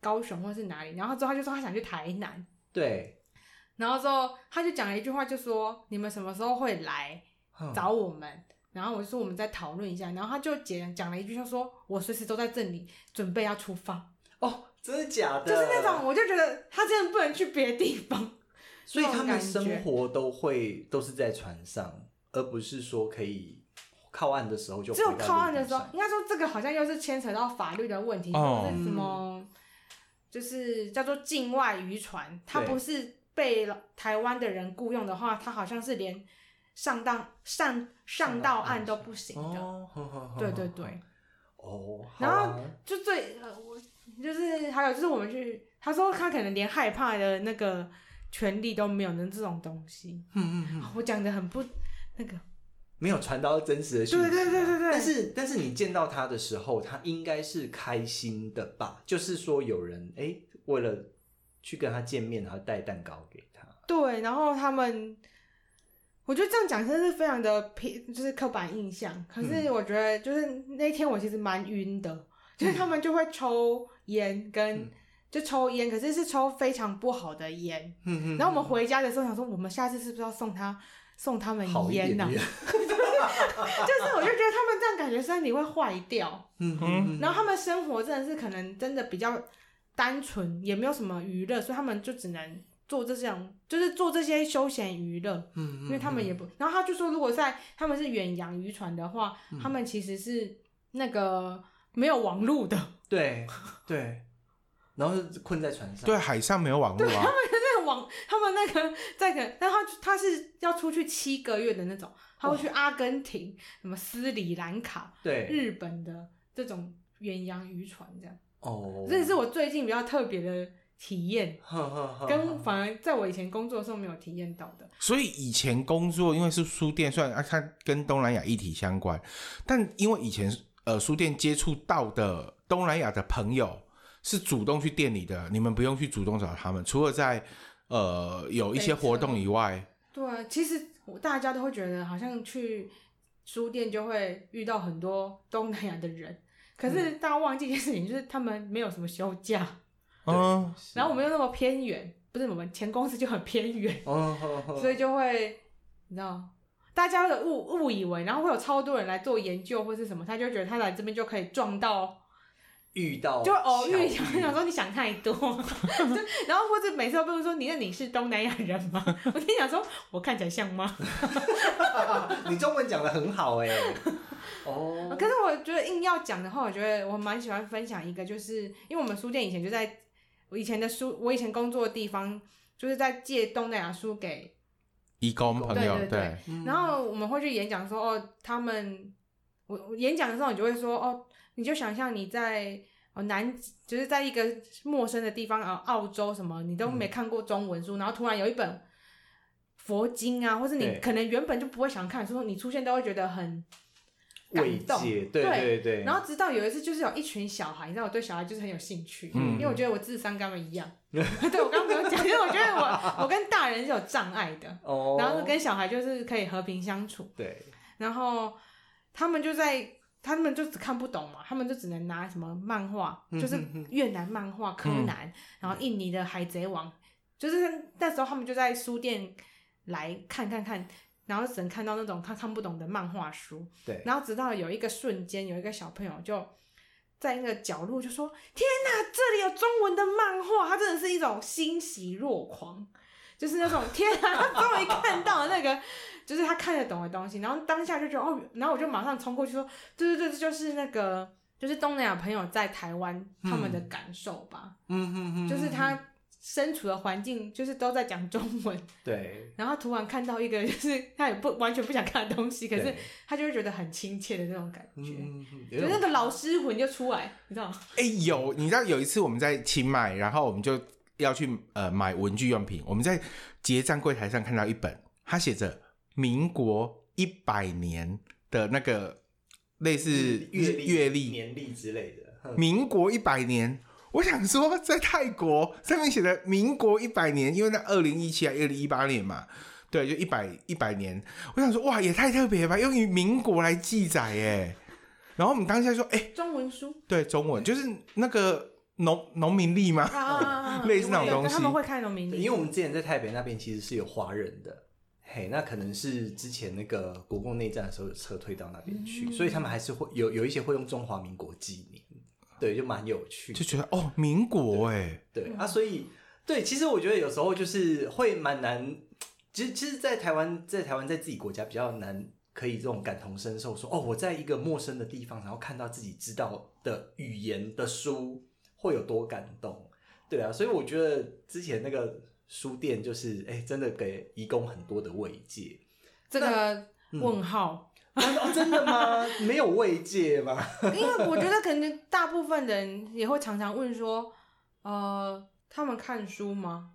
A: 高雄或是哪里。然后之后他就说他想去台南，
C: 对，
A: 然后之后他就讲了一句话，就说你们什么时候会来
C: 嗯
A: 找我们？然后我就说我们再讨论一下。然后他就讲讲了一句，他说我随时都在这里，准备要出发，
C: 哦，真的假的？
A: 就是那种，我就觉得他真的不能去别的地方。
C: 所以
A: 那种
C: 他们
A: 感觉
C: 生活都会都是在船上，而不是说可以靠岸的时候就
A: 只有
C: 回到
A: 靠岸
C: 陆地
A: 的时候
C: 上，
A: 应该说这个好像又是牵扯到法律的问题，
D: 哦
A: 就是什么，就是叫做境外渔船，它
C: 对
A: 不是被台湾的人雇佣的话，它好像是连上当上上到岸都不行的。
C: 哦，呵呵呵
A: 对对对，
C: 哦，好
A: 然
C: 啊
A: 后就最呃，我就是还有就是我们去，他说他可能连害怕的那个权利都没有的这种东西，哦
C: 嗯嗯嗯，
A: 我讲的很不那个，
C: 没有传达到真实的讯息啊、
A: 对对对对对
C: 但是但是你见到他的时候，他应该是开心的吧？就是说有人哎、诶为了去跟他见面，然后带蛋糕给他。
A: 对，然后他们，我觉得这样讲真的是非常的偏，就是刻板印象。可
C: 嗯
A: 是我觉得就是那天我其实蛮晕的，就是他们就会抽烟跟、
C: 嗯
A: 就抽烟，可是是抽非常不好的烟。
C: 嗯
A: 然后我们回家的时候想说，我们下次是不是要送他送他们
C: 好一
A: 烟
C: 点
A: 呢、
C: 点，
A: 就是我就觉得他们这样感觉身体会坏掉，
C: 嗯嗯
A: 然后他们生活真的是可能真的比较单纯，也没有什么娱乐，所以他们就只能做这种，就是做这些休闲娱乐。
C: 嗯
A: 因为他们也不，然后他就说，如果在他们是远洋渔船的话，
C: 嗯
A: 他们其实是那个没有网路的，
C: 对对，然后就困在船上，
A: 啊
D: 对，海上没有网络啊，
A: 那个网他们那个在可，但他他是要出去七个月的那种，他会去阿根廷、什么斯里兰卡、
C: 对
A: 日本的这种远洋渔船这样，
C: 哦，
A: 这也是我最近比较特别的体验，
C: 呵呵呵
A: 跟反而在我以前工作的时候没有体验到的。
D: 所以以前工作因为是书店，虽然啊它跟东南亚议题相关，但因为以前呃书店接触到的东南亚的朋友是主动去店里的，你们不用去主动找他们，除了在呃有一些活动以外，
A: 对啊，其实我大家都会觉得好像去书店就会遇到很多东南亚的人，可是大家忘记一件事情，就是他们没有什么休假，
C: 对
D: 嗯，
C: 是
A: 然后我们又那么偏远，不是我们前公司就很偏远，
C: 哦呵呵
A: 所以就会你知道。大家会误误以为，然后会有超多人来做研究或是什么，他就觉得他来这边就可以撞到，
C: 遇到
A: 就偶遇，
C: 巧
A: 想 想说你想太多， 就然后或者每次 都被问说你那你是东南亚人吗？我心想说我看起来像吗？
C: 你中文讲的很好 哎、哦，
A: 可是我觉得硬要讲的话，我觉得我蛮喜欢分享一个，就是因为我们书店以前就在我以前的书，我以前工作的地方就是在借东南亚书给，
D: 义工朋友，
A: 对对对
C: 嗯
A: 然后我们会去演讲说哦，他们我我演讲的时候，你就会说哦，你就想象你在。哦，南就是在一个陌生的地方啊，澳洲什么你都
C: 嗯
A: 没看过中文书，然后突然有一本佛经啊，或者你
C: 对
A: 可能原本就不会想看，说你出现都会觉得很感
C: 慰
A: 动
C: 藉，对对对，
A: 然后直到有一次，就是有一群小孩，你知道我对小孩就是很有兴趣，
D: 嗯
A: 因为我觉得我智商跟他们一样。 对我刚刚没有讲，因为我觉得我我跟大人是有障碍的，
C: 哦，
A: 然后跟小孩就是可以和平相处。
C: 对
A: 然后他们就在他们就只看不懂嘛，他们就只能拿什么漫画，
C: 嗯
A: 就是
C: 嗯嗯
A: 越南漫画《柯南》然后印尼的《海贼王》，就是那时候他们就在书店来看看看，然后只能看到那种他看不懂的漫画书。
C: 对
A: 然后直到有一个瞬间，有一个小朋友就。在那个角落就说：“天哪，这里有中文的漫画！”他真的是一种欣喜若狂，就是那种 天啊，他终于看到了那个，就是他看得懂的东西。然后当下就觉得哦，然后我就马上冲过去说：“对对对，这就是那个，就是东南亚朋友在台湾他们的感受吧，
C: 嗯哼哼
A: 就是他身处的环境就是都在讲中文，
C: 对，
A: 然后突然看到一个就是他也不完全不想看的东西，可是
C: 对
A: 他就会觉得很亲切的那种感觉。
C: 嗯，
A: 就
C: 有
A: 是
C: 种
A: 那个老师魂就出来，你知道吗？
D: 哎、有，你知道有一次我们在清迈，然后我们就要去呃买文具用品，我们在结账柜台上看到一本，它写着民国一百年的那个类似
C: 阅
D: 日月历，
C: 年历之类的，哼
D: 民国一百年。我想说，在泰国上面写的民国一百年，因为那二零一七还啊二零一八年嘛，对，就一百一百年。我想说，哇，也太特别了吧，用于民国来记载耶。然后我们当下说，哎、
A: 中文书
D: 对，中文就是那个农农民历 吗？
A: 啊，
D: 哦类似那种
A: 对
D: 东西
A: 他们会看农民
C: 对
A: 历，
C: 因为我们之前在台北那边其实是有华人的。嘿，那可能是之前那个国共内战的时候有撤退到那边去，所以他们还是会有有一些会用中华民国纪念，对，就蛮有趣的
D: 就觉得哦，民国哎，
C: 对
A: 嗯
C: 啊，所以对，其实我觉得有时候就是会蛮难，其实其实，在台湾，在台湾，在自己国家比较难可以这种感同身受说，哦，我在一个陌生的地方，然后看到自己知道的语言的书，会有多感动？对啊，所以我觉得之前那个书店就是，哎，真的给义工很多的慰藉。
A: 这个
C: 嗯
A: 问号。
C: 哦，真的吗？ 没有慰藉吗？
A: 因 为我觉得可能大部分人也会常常问说，呃，他们看书吗？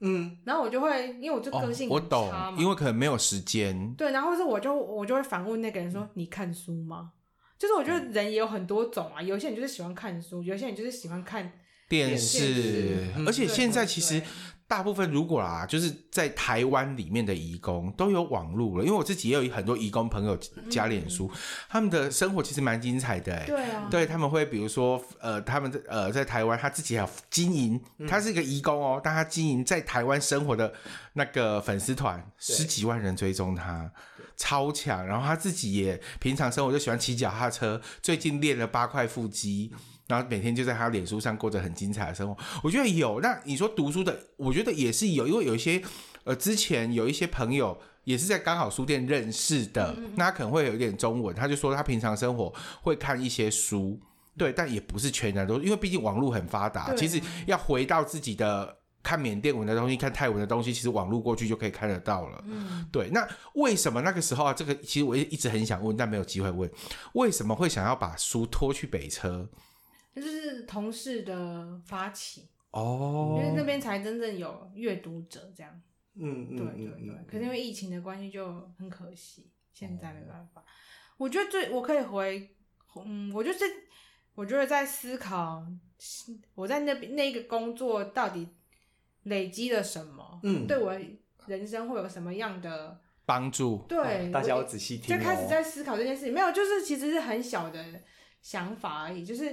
C: 嗯，
A: 然后我就会，因为我这个性
D: 哦我
A: 很
D: 懂
A: 差嘛，，
D: 因为可能没有时间。
A: 对，然后是我就我就会反问那个人
D: 嗯
A: 说，你看书吗？就是我觉得人也有很多种啊，有些人就是喜欢看书，有些人就是喜欢看，
D: 电
A: 电
D: 视
A: 视，
C: 嗯
D: 而且现在
A: 对
D: 其实
A: 对
D: 大部分如果啦，就是在台湾里面的移工都有网络了，因为我自己也有很多移工
A: 嗯
D: 朋友加脸书，他们的生活其实蛮精彩的哎、
A: 对啊，
D: 对，他们会比如说，呃，他们在呃在台湾，他自己还有经营，他是一个移工哦，但他经营在台湾生活的那个粉丝团，
C: 对
D: 十几万人追踪他，超强。然后他自己也平常生活就喜欢骑脚踏车，最近练了八块腹肌。然后每天就在他脸书上过着很精彩的生活，我觉得有。那你说读书的，我觉得也是有，因为有一些呃，之前有一些朋友也是在刚好书店认识的，
C: 嗯
D: 那他可能会有一点中文，他就说他平常生活会看一些书，对，但也不是全然都，因为毕竟网络很发达，
A: 对啊
D: 其实要回到自己的看缅甸文的东西、看泰文的东西，其实网络过去就可以看得到了。
A: 嗯，
D: 对，那为什么那个时候啊？这个其实我一直很想问，但没有机会问，为什么会想要把书拖去北车？
A: 就是同事的发起，因
D: 哦
A: 为那边才真正有阅读者这样，
C: 嗯嗯
A: 对对
C: 嗯
A: 对
C: 嗯，哦
A: 可是因为疫情的关系就很可惜，现在没办法。我觉得最我可以回，嗯，我就是我觉得在思考我在那边那个工作到底累积了什么，
C: 嗯
A: 对我人生会有什么样的
D: 帮助，
A: 对？
C: 哦大家
A: 我
C: 要仔细听、
A: 就
C: 哦，
A: 开始在思考这件事情，没有，就是其实是很小的想法而已，就是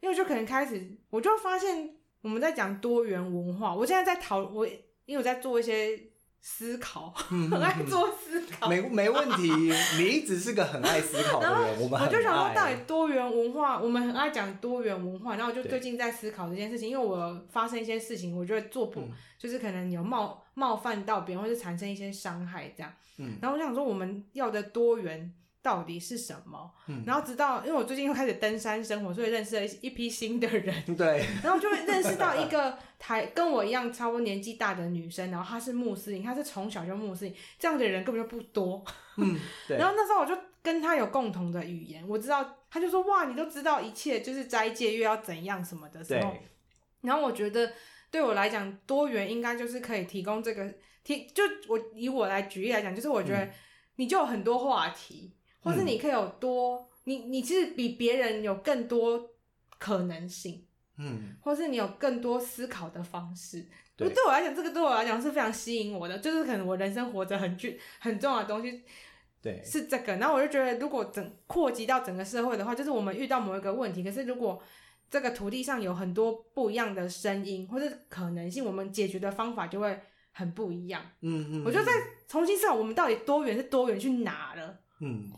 A: 因为就可能开始，我就发现我们在讲多元文化，我现在在讨我，因为我在做一些思考，
C: 嗯
A: 很爱做思考。
C: 没没问题，你一直是个很爱思考的
A: 然后
C: 人，我们
A: 我
C: 很
A: 就想说，到底
C: 爱。
A: 多元文化，我们很爱讲多元文化，然后我就
C: 对
A: 最近在思考这件事情，因为我发生一些事情，我就会做不，
C: 嗯
A: 就是可能有冒冒犯到别人，或是产生一些伤害这样。
C: 嗯
A: 然后我想说，我们要的多元到底是什么？
C: 嗯
A: 然后直到因为我最近又开始登山生活，所以认识了一一批新的人，
C: 对，
A: 然后就会认识到一个台跟我一样差不多年纪大的女生，然后她是穆斯林，她是从小就穆斯林，这样的人根本就不多。
C: 嗯，对
A: 然，后那时候我就跟她有共同的语言，我知道她就说哇，你都知道一切就是斋戒月要怎样什么的时
C: 对
A: 候，，然后我觉得对我来讲，多元应该就是可以提供这个提，就我以我来举例来讲，就是我觉
C: 嗯
A: 得你就有很多话题，或是你可以有多，你你其实比别人有更多可能性，
C: 嗯，
A: 或是你有更多思考的方式。
C: 对
A: 对我来讲，这个对我来讲是非常吸引我的，就是可能我人生活着很巨很重要的东西，
C: 对，
A: 是这个。然后我就觉得，如果整扩及到整个社会的话，就是我们遇到某一个问题，可是如果这个土地上有很多不一样的声音或者可能性，我们解决的方法就会很不一样。
C: 嗯嗯，
A: 我就在重新思考，我们到底多元是多元去哪了？
C: 嗯，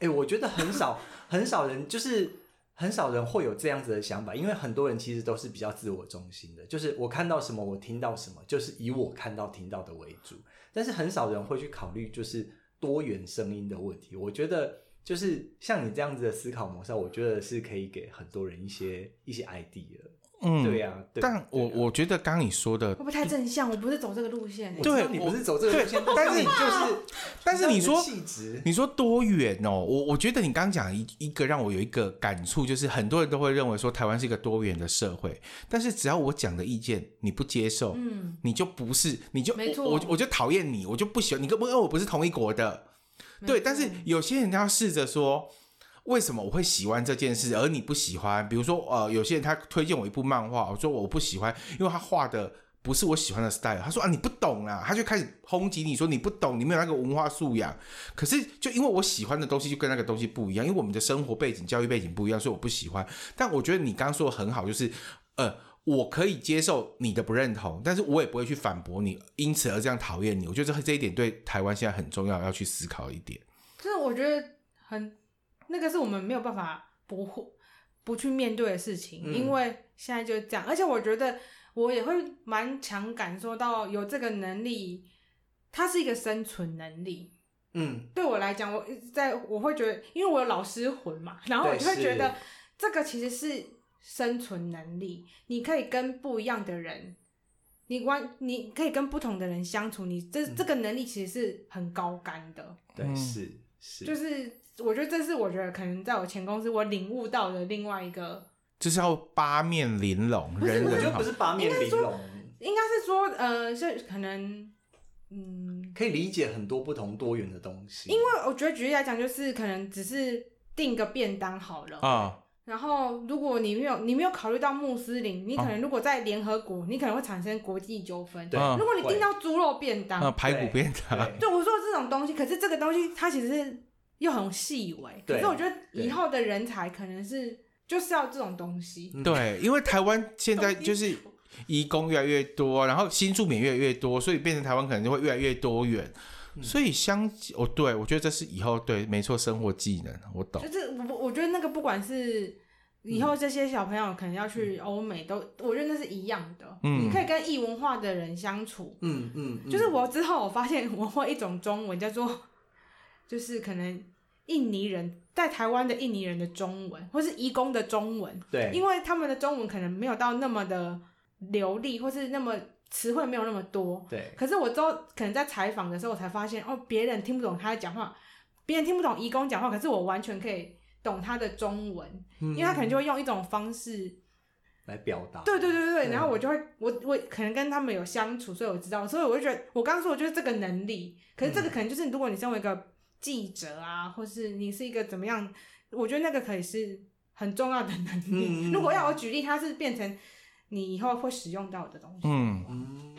C: 哎、我觉得很少很少人就是很少人会有这样子的想法，因为很多人其实都是比较自我中心的，就是我看到什么，我听到什么，就是以我看到听到的为主。但是很少人会去考虑就是多元声音的问题。我觉得就是像你这样子的思考模式，我觉得是可以给很多人一些一些 idea 的。
D: 嗯，
C: 对呀、啊，对
D: 但
C: 对
D: 我
C: 啊嗯
D: 我觉得刚你说的
A: 会不会太正向？我不是走这个路线、
C: 我
D: 对
C: 知道你不是走这个路线，
D: 对
C: 是你就是，
D: 但是你说
C: 气质，
D: 你说多远哦？我我觉得你刚刚讲一一个让我有一个感触，就是很多人都会认为说台湾是一个多元的社会，但是只要我讲的意见你不接受，
A: 嗯，
D: 你就不是，你就
A: 没错
D: 我我我就讨厌你，我就不喜欢你，跟不因为我不是同一国的，对。但是有些人要试着说。为什么我会喜欢这件事，而你不喜欢？比如说，呃，有些人他推荐我一部漫画，我说我不喜欢，因为他画的不是我喜欢的 style。他说啊，你不懂啊，他就开始抨击你说你不懂，你没有那个文化素养。可是就因为我喜欢的东西就跟那个东西不一样，因为我们的生活背景、教育背景不一样，所以我不喜欢。但我觉得你刚刚说的很好，就是呃，我可以接受你的不认同，但是我也不会去反驳你，因此而这样讨厌你。我觉得这这一点对台湾现在很重要，要去思考一点。
A: 就是我觉得很那个是我们没有办法不会不去面对的事情，
C: 嗯
A: 因为现在就是这样。而且我觉得我也会蛮强感受到有这个能力，它是一个生存能力。
C: 嗯，
A: 对我来讲，我在我会觉得，因为我有老师魂嘛，然后我
C: 对
A: 就会
C: 是
A: 觉得这个其实是生存能力，你可以跟不一样的人。你完，你可以跟不同的人相处，你这
C: 嗯
A: 这个能力其实是很高干的。
C: 对，
D: 嗯
C: 是是，
A: 就是我觉得这是我觉得可能在我前公司我领悟到的另外一个，
D: 就是要八面玲珑，
A: 是
D: 人
C: 我觉
D: 人
C: 得
D: 好
C: 不。是八面玲珑，
A: 应该是说呃，是可能嗯，
C: 可以理解很多不同多元的东西。
A: 因为我觉得举例来讲，就是可能只是订个便当好了。
D: 啊、
A: 然后，如果你没有你没有考虑到穆斯林，你可能如果在联合国，你可能会产生国际纠纷。
C: 对
D: 嗯
A: 如果你订
C: 会
A: 到猪肉便当，
D: 啊，排骨便 当，
C: 对
A: 就我说这种东西，可是这个东西它其实是又很细微。可
C: 对
A: 是我觉得以
C: 对
A: 后的人才可能是就是要这种东西。
C: 嗯
D: 对，因为台湾现在就是移工越来越多，然后新住民越来越多，所以变成台湾可能就会越来越多元。所以相哦，对我觉得这是以后对，没错，生活技能我懂。
A: 就是我我觉得那个不管是以后这些小朋友可能要去欧美都，我觉得那是一样的。
D: 嗯
A: 你可以跟异文化的人相处。
C: 嗯嗯，嗯
A: 就是我之后我发现我会一种中文叫做， 就是可能印尼人在台湾的印尼人的中文，或是移工的中文，
C: 对，
A: 因为他们的中文可能没有到那么的流利，或是那么词汇没有那么多，
C: 对
A: 可是我之后可能在采访的时候，我才发现哦，别人听不懂他在讲话，别人听不懂义工讲话，可是我完全可以懂他的中文，
C: 嗯
A: 因为他可能就会用一种方式，
C: 来表达。
A: 对对对对，
C: 嗯
A: 然后我就会我我可能跟他们有相处，所以我知道，所以我就觉得我刚刚说的就是这个能力，可是
C: 嗯
A: 这个可能就是如果你身为一个记者啊，或是你是一个怎么样，我觉得那个可以是很重要的能力。
C: 嗯 嗯嗯
A: 如果要我举例，它是变成你以后会使用到的东西。
D: 嗯，
C: 嗯，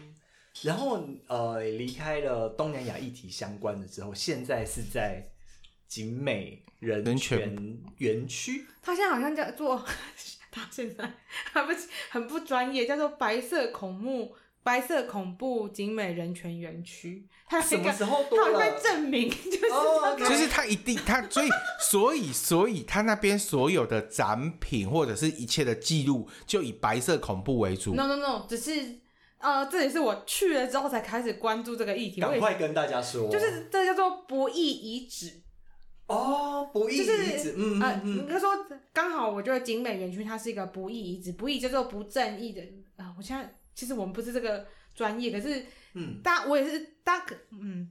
C: 然后呃，离开了东南亚议题相关的之后，现在是在景美人
D: 人
C: 权园区。
A: 他现在好像叫做，他现在还不很不专业，叫做白色恐怖白色恐怖景美人权园区，它有
C: 什
A: 一
C: 么
A: 个
C: 时候
A: 它
C: 多
A: 有
C: 了
A: 被？证明，就是
C: 哦，OK
D: 就是他一定他所以所以所以他那边所有的展品或者是一切的记录，就以白色恐怖为主。
A: no no no，只是呃，这也是我去了之后才开始关注这个议题，我
C: 赶
A: 也
C: 快跟大家说，
A: 就是这叫做不义遗址，
C: 哦，不义
A: 就是
C: 遗址，嗯
A: 呃
C: 嗯，
A: 应
C: 嗯，
A: 该说刚好，我觉得景美园区它是一个不义遗址，不义叫做不正义的啊、我现在其实我们不是这个专业，可是
C: 嗯，
A: 大我也是大可嗯，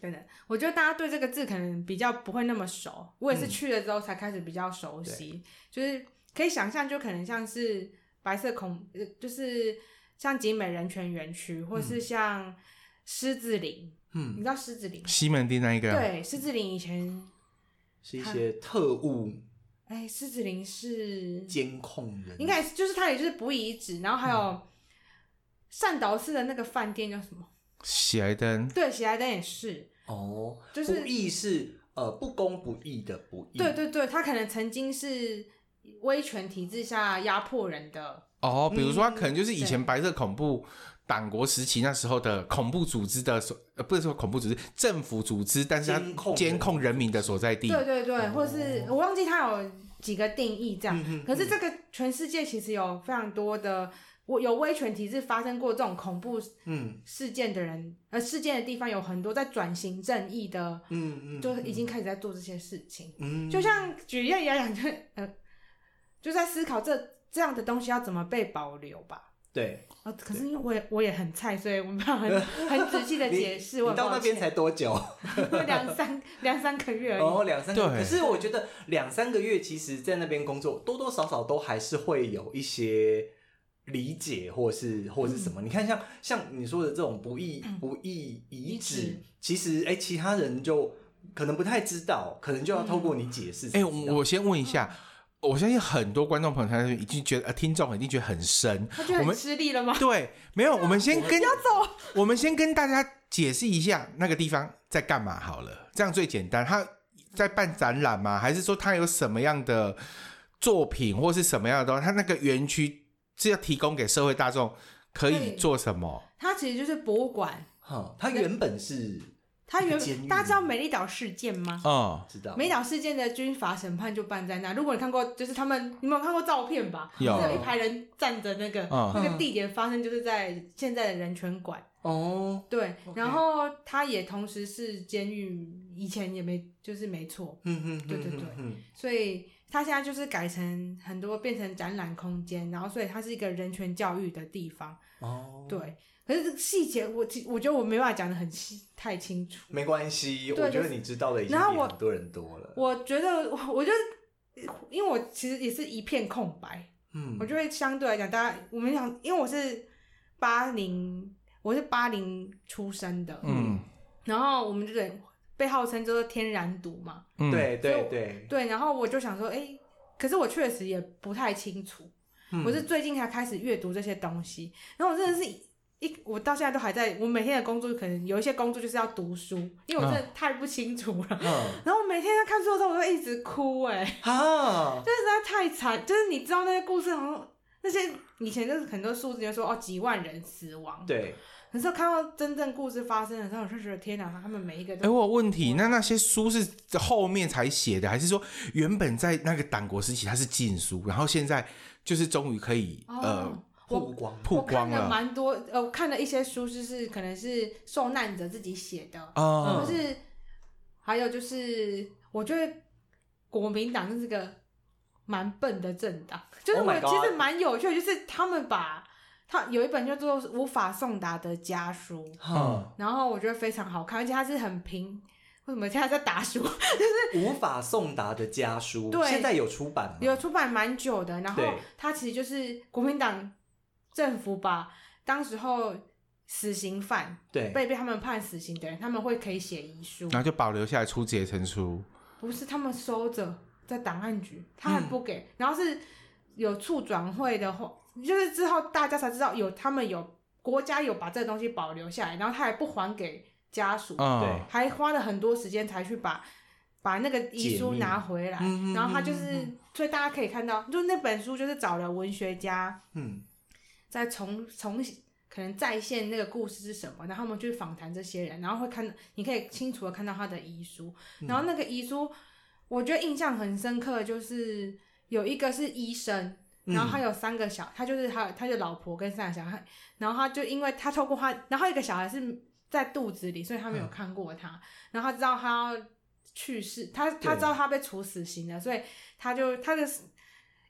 A: 等等，我觉得大家对这个字可能比较不会那么熟，我也是
C: 嗯
A: 去了之后才开始比较熟悉，就是可以想象，就可能像是白色恐，呃，就是像景美人权园区，或是像狮子林，
C: 嗯
A: 你知道狮子林？
D: 西门町那一个，，啊
A: 对，狮子林以前，
C: 是一些特务
A: 哎，狮子林是
C: 监控人，
A: 应该也是就是它也就是不遗址，然后还有善导寺的那个饭店叫什么？
D: 喜来登，
A: 对，喜来登也是，
C: 哦，
A: 就是
C: 不义是呃不公不义的不义，
A: 对对对，他可能曾经是威权体制下压迫人的，
D: 哦，比如
C: 嗯
D: 说，他可能就是以前白色恐怖党国时期那时候的恐怖组织的所，呃，不是说恐怖组织，政府组织，但是
C: 监
D: 它
C: 控
D: 监控人民的所在地。
A: 对对对，或是我忘记他有几个定义这样。
C: 哦嗯哼
A: 可是这个全世界其实有非常多的，我有威权体制发生过这种恐怖
C: 嗯
A: 事件的人，呃，事件的地方有很多在转型正义的，
C: 嗯嗯，
A: 就已经开始在做这些事情。
C: 嗯，
A: 就像举例来讲，就呃，就在思考这这样的东西要怎么被保留吧。
C: 对，
A: 哦，可是因为我也我也很菜，所以我没有很 很仔细的解释。
C: 你
A: 我很
C: 到
A: 抱
C: 那边
A: 歉
C: 才多久？
A: 两 三两三个月而已。
C: 哦，两三个，
D: 对
C: 可是我觉得两三个月，其实在那边工作，多多少少都还是会有一些理解，或是或是什
A: 嗯
C: 么。你看像，像你说的这种不义不义遗
A: 遗
C: 址
A: 址，
C: 其实哎、其他人就可能不太知道，可能就要透过你解释才
D: 哎、
C: 知道。
D: 我我先问一下，我相信很多观众朋友他已经觉得，呃，听众一定觉得很深，
A: 他觉得
D: 我
A: 很
D: 们
A: 吃力了吗？
D: 对，没有，我们先 跟要走，我们先跟大家解释一下那个地方在干嘛好了，这样最简单。他在办展览吗？还是说他有什么样的作品或是什么样的东西？他那个园区是要提供给社会大众可以
A: 对
D: 做什么？
A: 它其实就是博物馆。
C: 哈，它原本是
A: 它
C: 一个
A: 原
C: 监狱
A: 大家知道美丽岛事件吗？
D: 哦，
C: 知道
A: 美丽岛事件的军阀审判就办在那。如果你看过，就是他们，你们有看过照片吧？
D: 有
A: 是一排人站着，那个、
D: 嗯
A: 那个地点发生就是在现在的人权馆。
C: 哦，
A: 对
C: OK
A: 然后它也同时是监狱，以前也没就是没错。
C: 嗯嗯，
A: 对对对
C: 嗯
A: 所以它现在就是改成很多变成展览空间，然后所以它是一个人权教育的地方。
C: 哦，，
A: 对，可是这个细节我其我觉得我没办法讲的很清太清楚。
C: 没关系，
A: 对
C: 我觉
A: 就
C: 得
A: 是
C: 你知道的已经
A: 然后
C: 比
A: 我
C: 很多人多了。
A: 我觉得我我就是因为我其实也是一片空白，
C: 嗯，
A: 我就会相对来讲，大家我们想，因为我是八零，我是八零出生的，
D: 嗯
A: 然后我们就等被号称就是天然毒嘛，
D: 嗯，，
C: 对
A: 所以
C: 对
A: 我
C: 对，
A: 对，然后我就想说，哎、可是我确实也不太清楚，
C: 嗯
A: 我是最近才开始阅读这些东西，然后我真的是一一我到现在都还在，我每天的工作可能有一些工作就是要读书，因为
D: 嗯
A: 我真的太不清楚了。
C: 嗯
A: 然后我每天在看书的时候，我都一直哭、哎，
C: 哈，
A: 这实在太惨。就是你知道那些故事，好像那些以前就是很多数字就说哦几万人死亡，。
C: 对，
A: 可是看到真正故事发生的时候，我就觉得天哪，他们每一个
D: 哎、
A: 都
D: 我有问题，那那些书是后面才写的，还是说原本在那个党国时期它是禁书，然后现在就是终于可以、呃
A: 哦，
C: 曝光
D: 曝光
A: 我看了
D: 了？
A: 蛮多，呃，我看了一些书，就是可能是受难者自己写的，
D: 哦
C: 嗯
A: 可是还有就是，我觉得国民党是个蛮笨的政党， 就是我
C: Oh my
A: 其实
C: God
A: 蛮有趣的，就是他们把他有一本叫做《无法送达的家书》，
C: 哈，
A: 然后我觉得非常好看，而且它是很平。为什么现在在打书？
C: 无法送达的家书，
A: 对
C: 现在有出版吗？
A: 有出版蛮久的，然后
C: 对
A: 它其实就是国民党政府把当时候死刑犯
C: 对，
A: 被被他们判死刑的人，他们会可以写遗书，
D: 然后就保留下来出结成书。
A: 不是他们收着在档案
C: 嗯
A: 局，他还不给，然后是有处转会的话，就是之后大家才知道有他们有国家有把这个东西保留下来，然后他还不还给家属，
D: 嗯，
C: 对
A: 还花了很多时间才去把把那个遗
C: 解
A: 书
C: 密
A: 拿回来，
C: 嗯嗯
A: 然后他
C: 嗯
A: 就是，
C: 嗯
A: 所以大家可以看到，就那本书就是找了文学家
C: 嗯
A: 在重重。可可能再现那个故事是什么，然后我们去访谈这些人，然后会看，你可以清楚的看到他的遗书，然后那个遗书，我觉得印象很深刻，就是有一个是医生，然后他有三个小，他就是他他的老婆跟三个小孩，然后他就因为他透过他，然后一个小孩是在肚子里，所以他没有看过他，然后他知道他要去世，他他知道他被处死刑了，所以他就他的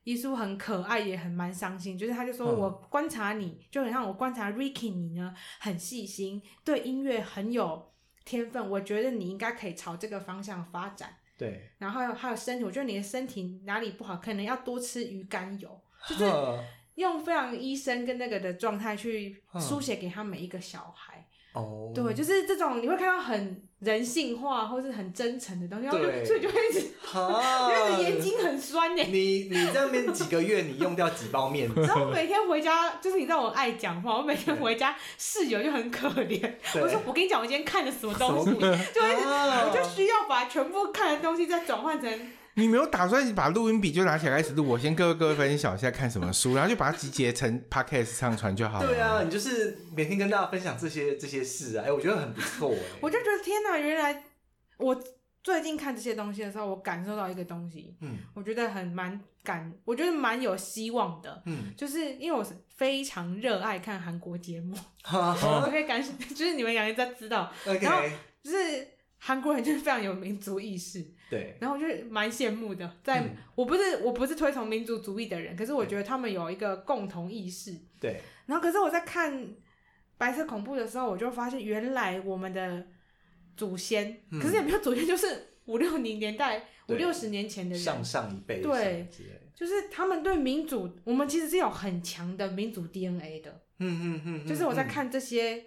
A: 遗书很可爱，也很蛮伤心，就是他就说
C: 嗯
A: 我观察你，就很像我观察 Ricky 你呢，很细心，对音乐很有天分，我觉得你应该可以朝这个方向发展。
C: 对，
A: 然后还有还有身体，我觉得你的身体哪里不好，可能要多吃鱼肝油，就是
C: 呵
A: 用非常医生跟那个的状态去
C: 嗯
A: 书写给他每一个小孩。
C: 哦，
A: 对，就是这种你会看到很人性化或是很真诚的东西，然后就
C: 对
A: 所以就会一直，
C: 哈，
A: 因为眼睛很酸呢、
C: 你你这边几个月，你用掉几包面 子？
A: 然后我每天回家，就是你知道我爱讲话，我每天
C: 对
A: 回家室友就很可怜。
C: 对
A: 我说我跟你讲，我今天看了什么东西，就会一直
C: 啊
A: 我就需要把全部看的东西再转换成
D: 你没有打算把录音笔就拿起来开始录？我先各位各位分享一下看什么书，然后就把它集结成 podcast 上传就好了。
C: 对啊，你就是每天跟大家分享这些这些事啊，哎、我觉得很不错哎、
A: 我就觉得天哪，原来我最近看这些东西的时候，我感受到一个东西，
C: 嗯
A: 我觉得很蛮感，我觉得蛮有希望的。
C: 嗯，
A: 就是因为我是非常热爱看韩国节目，
C: 哈哈
A: 我可以感，就是你们两个在知道，哦然后
C: ，OK，
A: 就是韩国人就是非常有民族意识，
C: 对，
A: 然后我就是蛮羡慕的。在、
C: 嗯
A: 我不是我不是推崇民族主义的人，可是我觉得他们有一个共同意识，
C: 对，
A: 然后可是我在看《白色恐怖》的时候，我就发现原来我们的祖先，
C: 嗯
A: 可是也没有祖先，就是五六零年代、五
C: 对
A: 六十年前的
C: 上
A: 人，
C: 上一辈
A: 对
C: 什么之类的，
A: 就是他们对民主，我们其实是有很强的民主 DNA 的。
C: 嗯嗯嗯，嗯
A: 就是我在，看这些，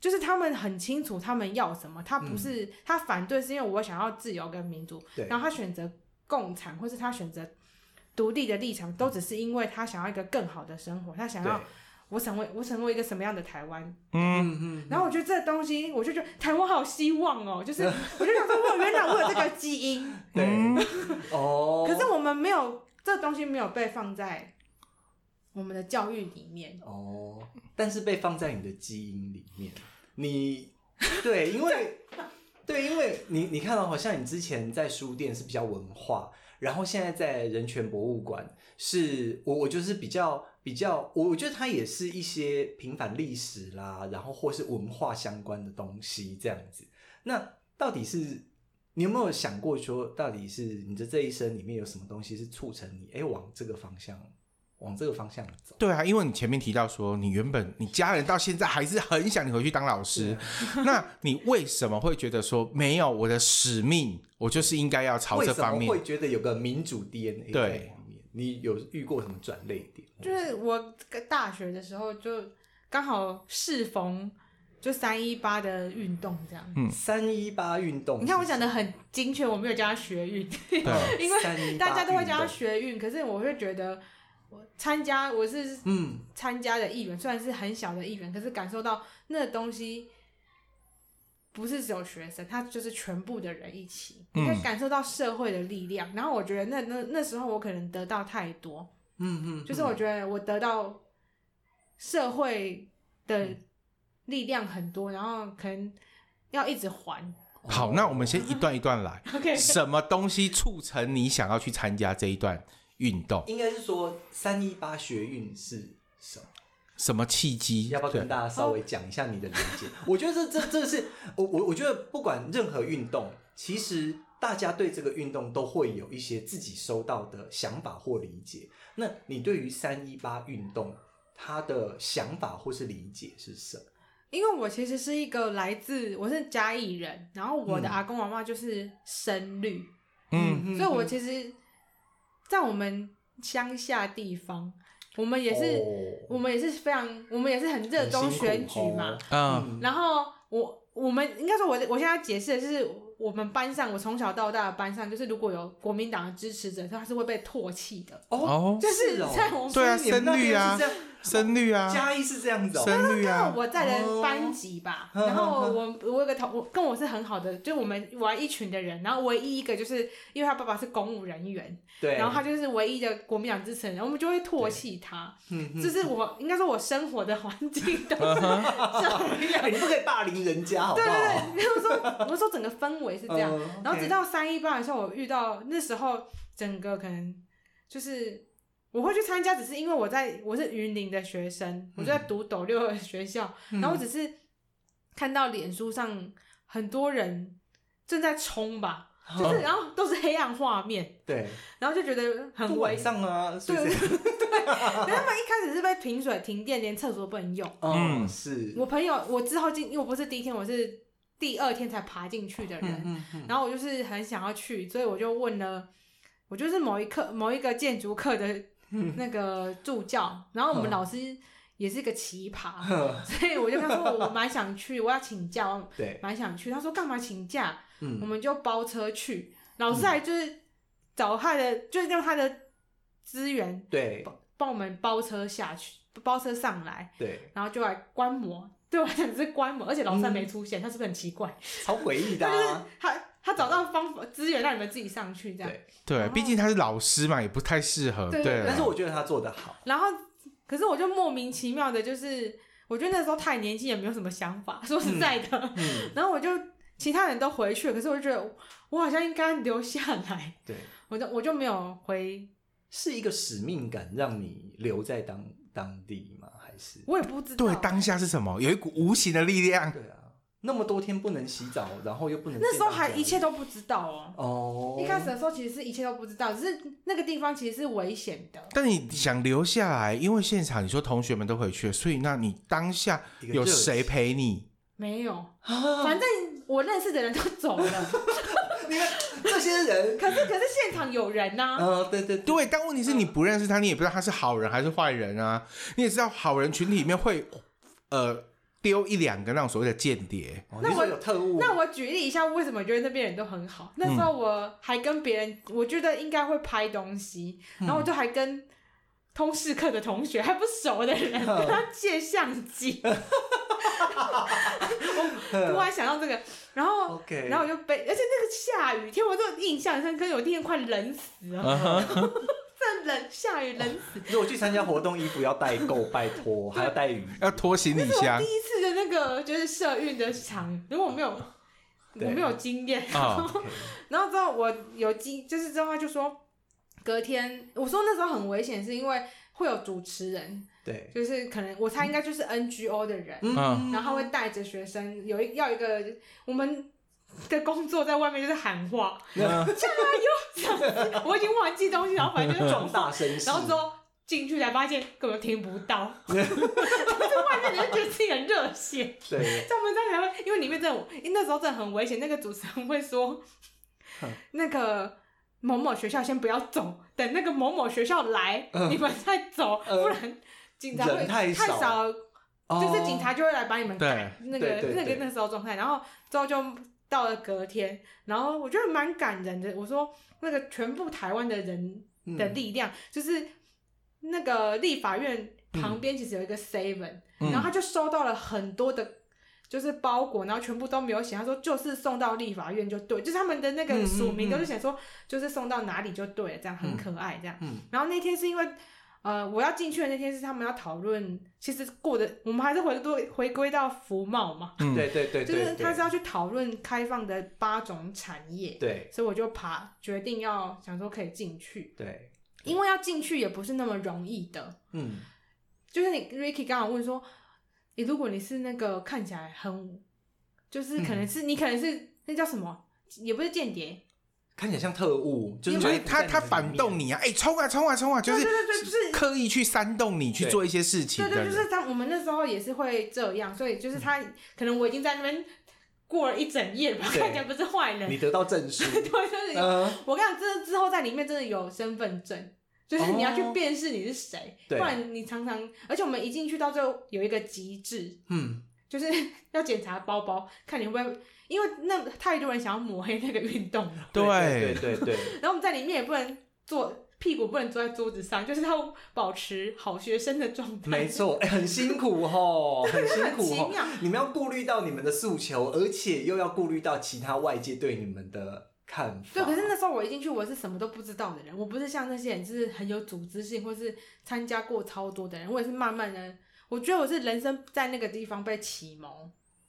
A: 就是他们很清楚他们要什么，他不是、他反对是因为我想要自由跟民主，
C: 嗯对
A: 然后他选择共产或是他选择独立的立场，都只是因为他想要一个更好的生活，他
C: 嗯
A: 想
C: 对，
A: 要我成为我成为一个什么样的台湾，
D: 嗯，
C: 嗯嗯，
A: 然后我觉得这东西，我就觉得台湾好有希望哦，就是我就想说，哇，原来我有这个基 因，
C: 对，
D: 嗯
C: 哦，
A: 可是我们没有这东西没有被放在我们的教育里面，
C: 哦，但是被放在你的基因里面，你对，因为对，因为你你看到、好像你之前在书店是比较文化，然后现在在人权博物馆是我我就是比较比较，我我觉得它也是一些平凡历史啦，然后或是文化相关的东西这样子。那到底是？你有没有想过说，到底是你的这一生里面有什么东西是促成你哎、往这个方向，往这个方向走？
D: 对啊，因为你前面提到说，你原本你家人到现在还是很想你回去当老师，
C: 啊
D: 那你为什么会觉得说没有我的使命，我就是应该要朝
C: 为
D: 这
C: 什么
D: 方面？
C: 会觉得有个民主 DNA
D: 对
C: 在里面。你有遇过什么转类点？
A: 就是我大学的时候就刚好适逢就三一八的运动这样。
C: 三一八运动，
A: 你看我讲的很精确，我没有叫他学运，
D: 对，
A: 因为
C: 为
A: 大家都会叫他学运，可是我会觉得我参加我是
C: 嗯，
A: 参加的议员，虽然是很小的议员，可是感受到那东西不是只有学生，他就是全部的人一起，
D: 嗯
A: 你会感受到社会的力量。然后我觉得那那那时候我可能得到太多，
C: 嗯嗯，
A: 就是我觉得我得到社会的力量很多，然后可能要一直还。
D: 好，那我们先一段一 段来，
A: OK，
D: 什么东西促成你想要去参加这一段运动？
C: 应该是说三一八学运是什么？
D: 什么契机？
C: 要不要
D: 对
C: 跟大家稍微讲一下你的理解？我觉得这这这是我我我觉得不管任何运动，其实大家对这个运动都会有一些自己收到的想法或理解。那你对于三一八运动，他的想法或是理解是什么？
A: 因为我其实是一个来自我是嘉义人，然后我的
C: 嗯
A: 阿公阿妈就是深绿。
D: 嗯，
A: 所以我其实，在我们乡下地方，我们也是、我
C: 哦
A: 们也是非常，我们也是很热衷选举嘛。，
D: 嗯
C: 很辛苦哦
A: 然后我我们应该说我，我现在解释的就是，我们班上我从小到大的班上，就是如果有国民党的支持者，他是会被唾弃的。
C: 哦，
D: 哦，
A: 就是
C: 是哦
A: 在我们
D: 对啊
C: 所以你们那
D: 深绿啊
C: 边是这样
D: 深绿啊，
C: 嘉义是这样子哦、
D: 深绿
A: 那
D: 啊，
A: 我在的班级 吧，
C: 哦
A: 然后我我有个同我跟我是很好的，就我们玩一群的人，然后唯一一个就是因为他爸爸是公务人员，
C: 对，
A: 然后他就是唯一的国民党支持人，我们就会唾弃他。
C: 嗯哼
A: 就是我应该说我生活的环境 都
D: 嗯 哼
A: 这样，
C: 哎你不可以霸凌人家，好不
A: 对对
C: 好？
A: 对，然后说我说整个氛围是这样，
C: 嗯
A: 然后直
C: OK
A: 到三一八的时候，我遇到那时候整个可能就是我会去参加，只是因为我在我是云林的学生，我就
C: 嗯
A: 在读斗六的学校，然后我只是看到脸书上很多人正在冲吧，
C: 哦
A: 就是然后都是黑暗画面，
C: 嗯对，
A: 然后就觉得很
C: 就
A: 危
C: 晚。 上啊，是
A: 对
C: 不
A: 对
C: 是？
A: 对，然后他们一开始是被停水停电，连厕所都不能用。
C: 嗯，
D: 嗯
C: 是，
A: 我朋友，我之后进，因为我不是第一天，我是第二天才爬进去的人，
C: 嗯嗯嗯，
A: 然后我就是很想要去，所以我就问了，我就是某一课某一个建筑课的那个助教，然后我们
C: 嗯
A: 老师也是个奇葩，
C: 呵
A: 所以我就跟他说我蛮想去，我要请假，我
C: 对，
A: 蛮想去。他说干嘛请假？我
C: 嗯，
A: 们就包车去。老师还就是找他的，就是用他的资源
C: 对
A: 帮我们包车下去，包车上来，
C: 对，
A: 然后就来观摩。对我来讲是观摩，而且老师还没出现，他是不是很奇怪？
C: 超诡异的
A: 他就是
C: 啊，
A: 他他找到方法资源让你们自己上去这样
C: 对。
D: 对
A: 然，后
D: 毕竟他是老师嘛，也不太适合。
A: 对
D: 对
A: 对
D: 啊，
C: 但是我觉得他做的好，
A: 然后，可是我就莫名其妙的，就是我觉得那时候太年轻，也没有什么想法，说实在的。
C: 嗯，
A: 然后我就其他人都回去了，可是我就觉得我好像应该留下来，
C: 对，
A: 我就我就没有回，
C: 是一个使命感让你留在当当地吗？还是？
A: 我也不知道。
D: 对当下是什么？有一股无形的力量。
C: 对啊，那么多天不能洗澡，然后又不能
A: 那时候
C: 见到
A: 还
C: 家
A: 一切
C: 人
A: 都不知道哦。
C: 哦，
A: 一开始的时候其实是一切都不知道，只是那个地方其实是危险的。
D: 但你想留下来，因为现场你说同学们都回去了，所以那你当下
C: 一个
D: 有
C: 热情
D: 谁陪你？
A: 没有，
D: 嗯
C: 啊，
A: 反正我认识的人都走了，
C: 你看这些人，
A: 可是可是现场有人啊呐、
C: 呃，对对，
D: 对，但问题是你不认识他，你也不知道他是好人还是坏人啊。你也知道好人群体里面会呃丢一两个那种所谓的间谍，
C: 哦
A: 那
C: 你
A: 我
C: 说有特务，
A: 那我举例一下，为什么觉得那边人都很好？那时候我还跟别人，我觉得应该会拍东西，然后我就还跟通识课的同学还不熟的人跟他借相机。我突然想到这个，然后
C: OK，
A: 然后我就被，而且那个下雨天，我都印象深刻，有一天快冷死了。 这冷下雨冷死，
C: 如果去参加活动，衣服要带够，拜托，还要 带雨衣。
D: 要拖行李
A: 这是我
D: 箱
A: 第一次的那个就是社运的场，如果我没有我
C: 对
A: 没有经验，
D: 啊。
C: OK，
A: 然后之后我有经，就是之后他就说，隔天我说那时候很危险，是因为会有主持人，
C: 对，
A: 就是可能我猜应该就是 NGO 的人，
D: 嗯
A: 然后他会带着学生有一要一个我们。的工作在外面就是喊话，
D: 那
A: 我已经忘记东西，然后反正就是
C: 壮
A: 壮
C: 大声势，
A: 然后之后进去才发现根本听不到， 在外面你就觉得自己很热血，
C: 对，
A: 像我们这样才会，因为里面真的，因为那时候真的很危险。那个主持人会说
C: 嗯，
A: 那个某某学校先不要走，等那个某某学校来，
C: 嗯
A: 你们再走，
C: 嗯
A: 不然警察会
C: 人太少
A: 少，就是警察就会来把你们
D: 对
A: 赶。那个
C: 对对
A: 那
C: 对
A: 个那时候状态，然后之后就到了隔天，然后我觉得蛮感人的。我说那个全部台湾的人
C: 哦
A: 的力量，就是那个立法院
C: 嗯
A: 旁边其实有一个 Seven，、
D: 嗯
A: 然后他就收到了很多的，就是包裹，然后全部都没有写，他说就是送到立法院就对，就是他们的那
C: 嗯
A: 个
C: 嗯
A: 署名
C: 嗯
A: 都是写说就是送到哪里就对了，这样很
C: 嗯
A: 可爱这样。
C: 嗯
A: 然后那天是因为。呃，我要进去的那天是他们要讨论，其实过的我们还是回归回归到服贸嘛，
C: 嗯，
D: 嗯
C: 对对对，
A: 就是
C: 对
A: 他是要去讨论开放的八种产业，
C: 对
A: 所以我就爬决定要想说可以进去，
C: 对，
A: 因为要进去也不是那么容易的。
C: 嗯，
A: 就是你 Ricky 刚好问说，你如果你是那个看起来很，就是可能是、你可能是那叫什么，也不是间谍，
C: 看起来像特务，就是
D: 就是
C: 埋伏
D: 他
C: 在
D: 他
C: 你
D: 反
C: 里
D: 动
C: 面，
D: 你啊！哎、冲啊冲啊冲啊！就
A: 对
D: 是
A: 对对，就是。
D: 刻意去煽动你去
C: 对
D: 做一些事情
A: 对
D: 的
A: 对，就
D: 人。
A: 是他，我们那时候也是会这样，所以就是他、可能我已经在那边过了一整夜吧，
C: 对
A: 看起来不是坏人
C: 你，得到证书，
A: 对，就是有、
C: 嗯，
A: 我跟你讲，这之后在里面真的有身份证，就是你要去辨识你是谁，
C: 对
A: 不然你常常，而且我们一进去到最后有一个极致，
C: 嗯，
A: 就是 要检查包包，看你会不会，因为那太多人想要抹黑那个运动了，
D: 对
C: 对对对，
A: 然后我们在里面也不能做。屁股不能坐在桌子上，就是要保持好学生的状态。
C: 没，错，哎、很辛苦吼，很辛
A: 很
C: 苦哦
A: 奇
C: 吼
A: 妙。
C: 你们要顾虑到你们的诉求，而且又要顾虑到其他外界对你们的看法。
A: 对，可是那时候我一进去，我是什么都不知道的人，我不是像那些人就是很有组织性，或是参加过超多的人，我也是慢慢的，我觉得我是人生在那个地方被启蒙，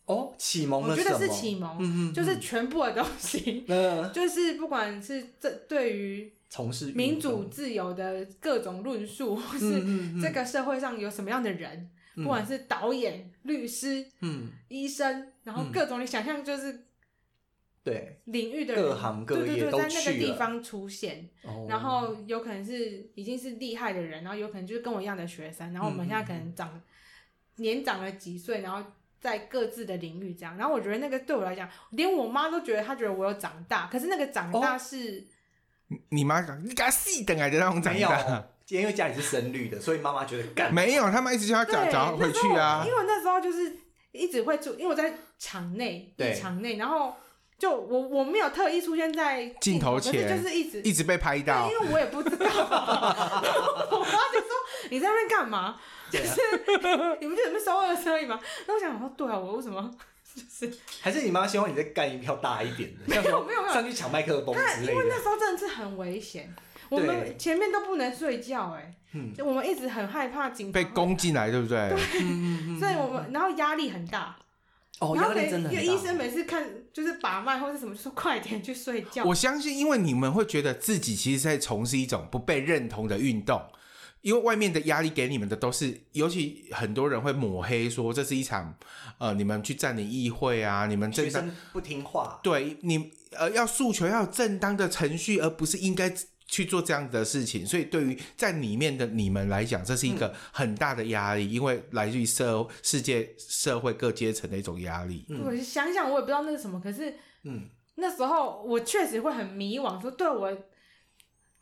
C: 哦，启蒙
A: 我
C: 了
A: 觉
C: 什
A: 得
C: 么？
A: 是启蒙，
C: 嗯，嗯
A: 就是全部的东西，
C: 嗯，
A: 就是不管是这对于
C: 从事运
A: 民
C: 动
A: 主自由的各种论述，或是
C: 嗯嗯嗯
A: 这个社会上有什么样的人，不管是导演、律师、
C: 嗯，
A: 医生，然后
C: 嗯
A: 各种你想象就是
C: 对，
A: 领域的人，
C: 各行各
A: 对
C: 业
A: 对
C: 都
A: 对，在那个
C: 去
A: 地
C: 了，
A: 方出现，
C: 哦
A: 然后有可能是已经是厉害的人，然后有可能就是跟我一样的学生，然后我们
C: 嗯嗯
A: 现在可能长、年长了几岁，然后。在各自的领域这样，然后我觉得那个对我来讲，连我妈都觉得她觉得我有长大，可是那个长
C: 哦
A: 大是、
D: 你妈讲你给他细等啊，就让我长
C: 没有
D: 大。，
C: 因为家里是深绿的，所以妈妈觉得干
D: 没有，他们一直叫他
A: 对，
D: 早早回
A: 那时候
D: 去啊
A: 因。为我那时候就是一直会出，因为我在场内，
C: 对
A: 场内，然后就我我没有特意出现在
D: 镜头
A: 可是
D: 前
A: 就是一直
D: 一直被拍
A: 对，
D: 到，
A: 因为我也不知 道，我妈就说你在那边干嘛？
C: 对 啊
A: 你不就准备收二而已吗？然后我想说，对啊，我为什么？就是
C: 还是你妈希望你再干一票大一点的，像什么
A: 没有没有
C: 上去抢麦克风
A: 那
C: 之
A: 因
C: 类
A: 为那
C: 的。
A: 时候真的是很危险，我
C: 对
A: 们前面都不能睡觉、哎，
C: 嗯
A: 就我们一直很害怕警察
D: 被攻嗯进来，对不对？
A: 会，所以我们然后压力很大，
C: 嗯哦，
A: 然后
C: 压力真的
A: 每
C: 很
A: 医生
C: 大。
A: 每次看就是把脉或是什么，就说快点去睡觉。
D: 我相信，因为你们会觉得自己其实在从事一种不被认同的运动，因为外面的压力给你们的都是，尤其很多人会抹黑说这是一场，呃，你们去占领议会啊，你们
C: 学
D: 正当
C: 生不听话，
D: 对你呃要诉求要有正当的程序，而不是应该去做这样的事情。所以对于在里面的你们来讲，这是一
A: 嗯
D: 个很大的压力，因为来自于社世界社会各阶层的一种压力。
C: 嗯
A: 我想想，我也不知道那是什么，可是
C: 嗯，
A: 那时候我确实会很迷惘，说对我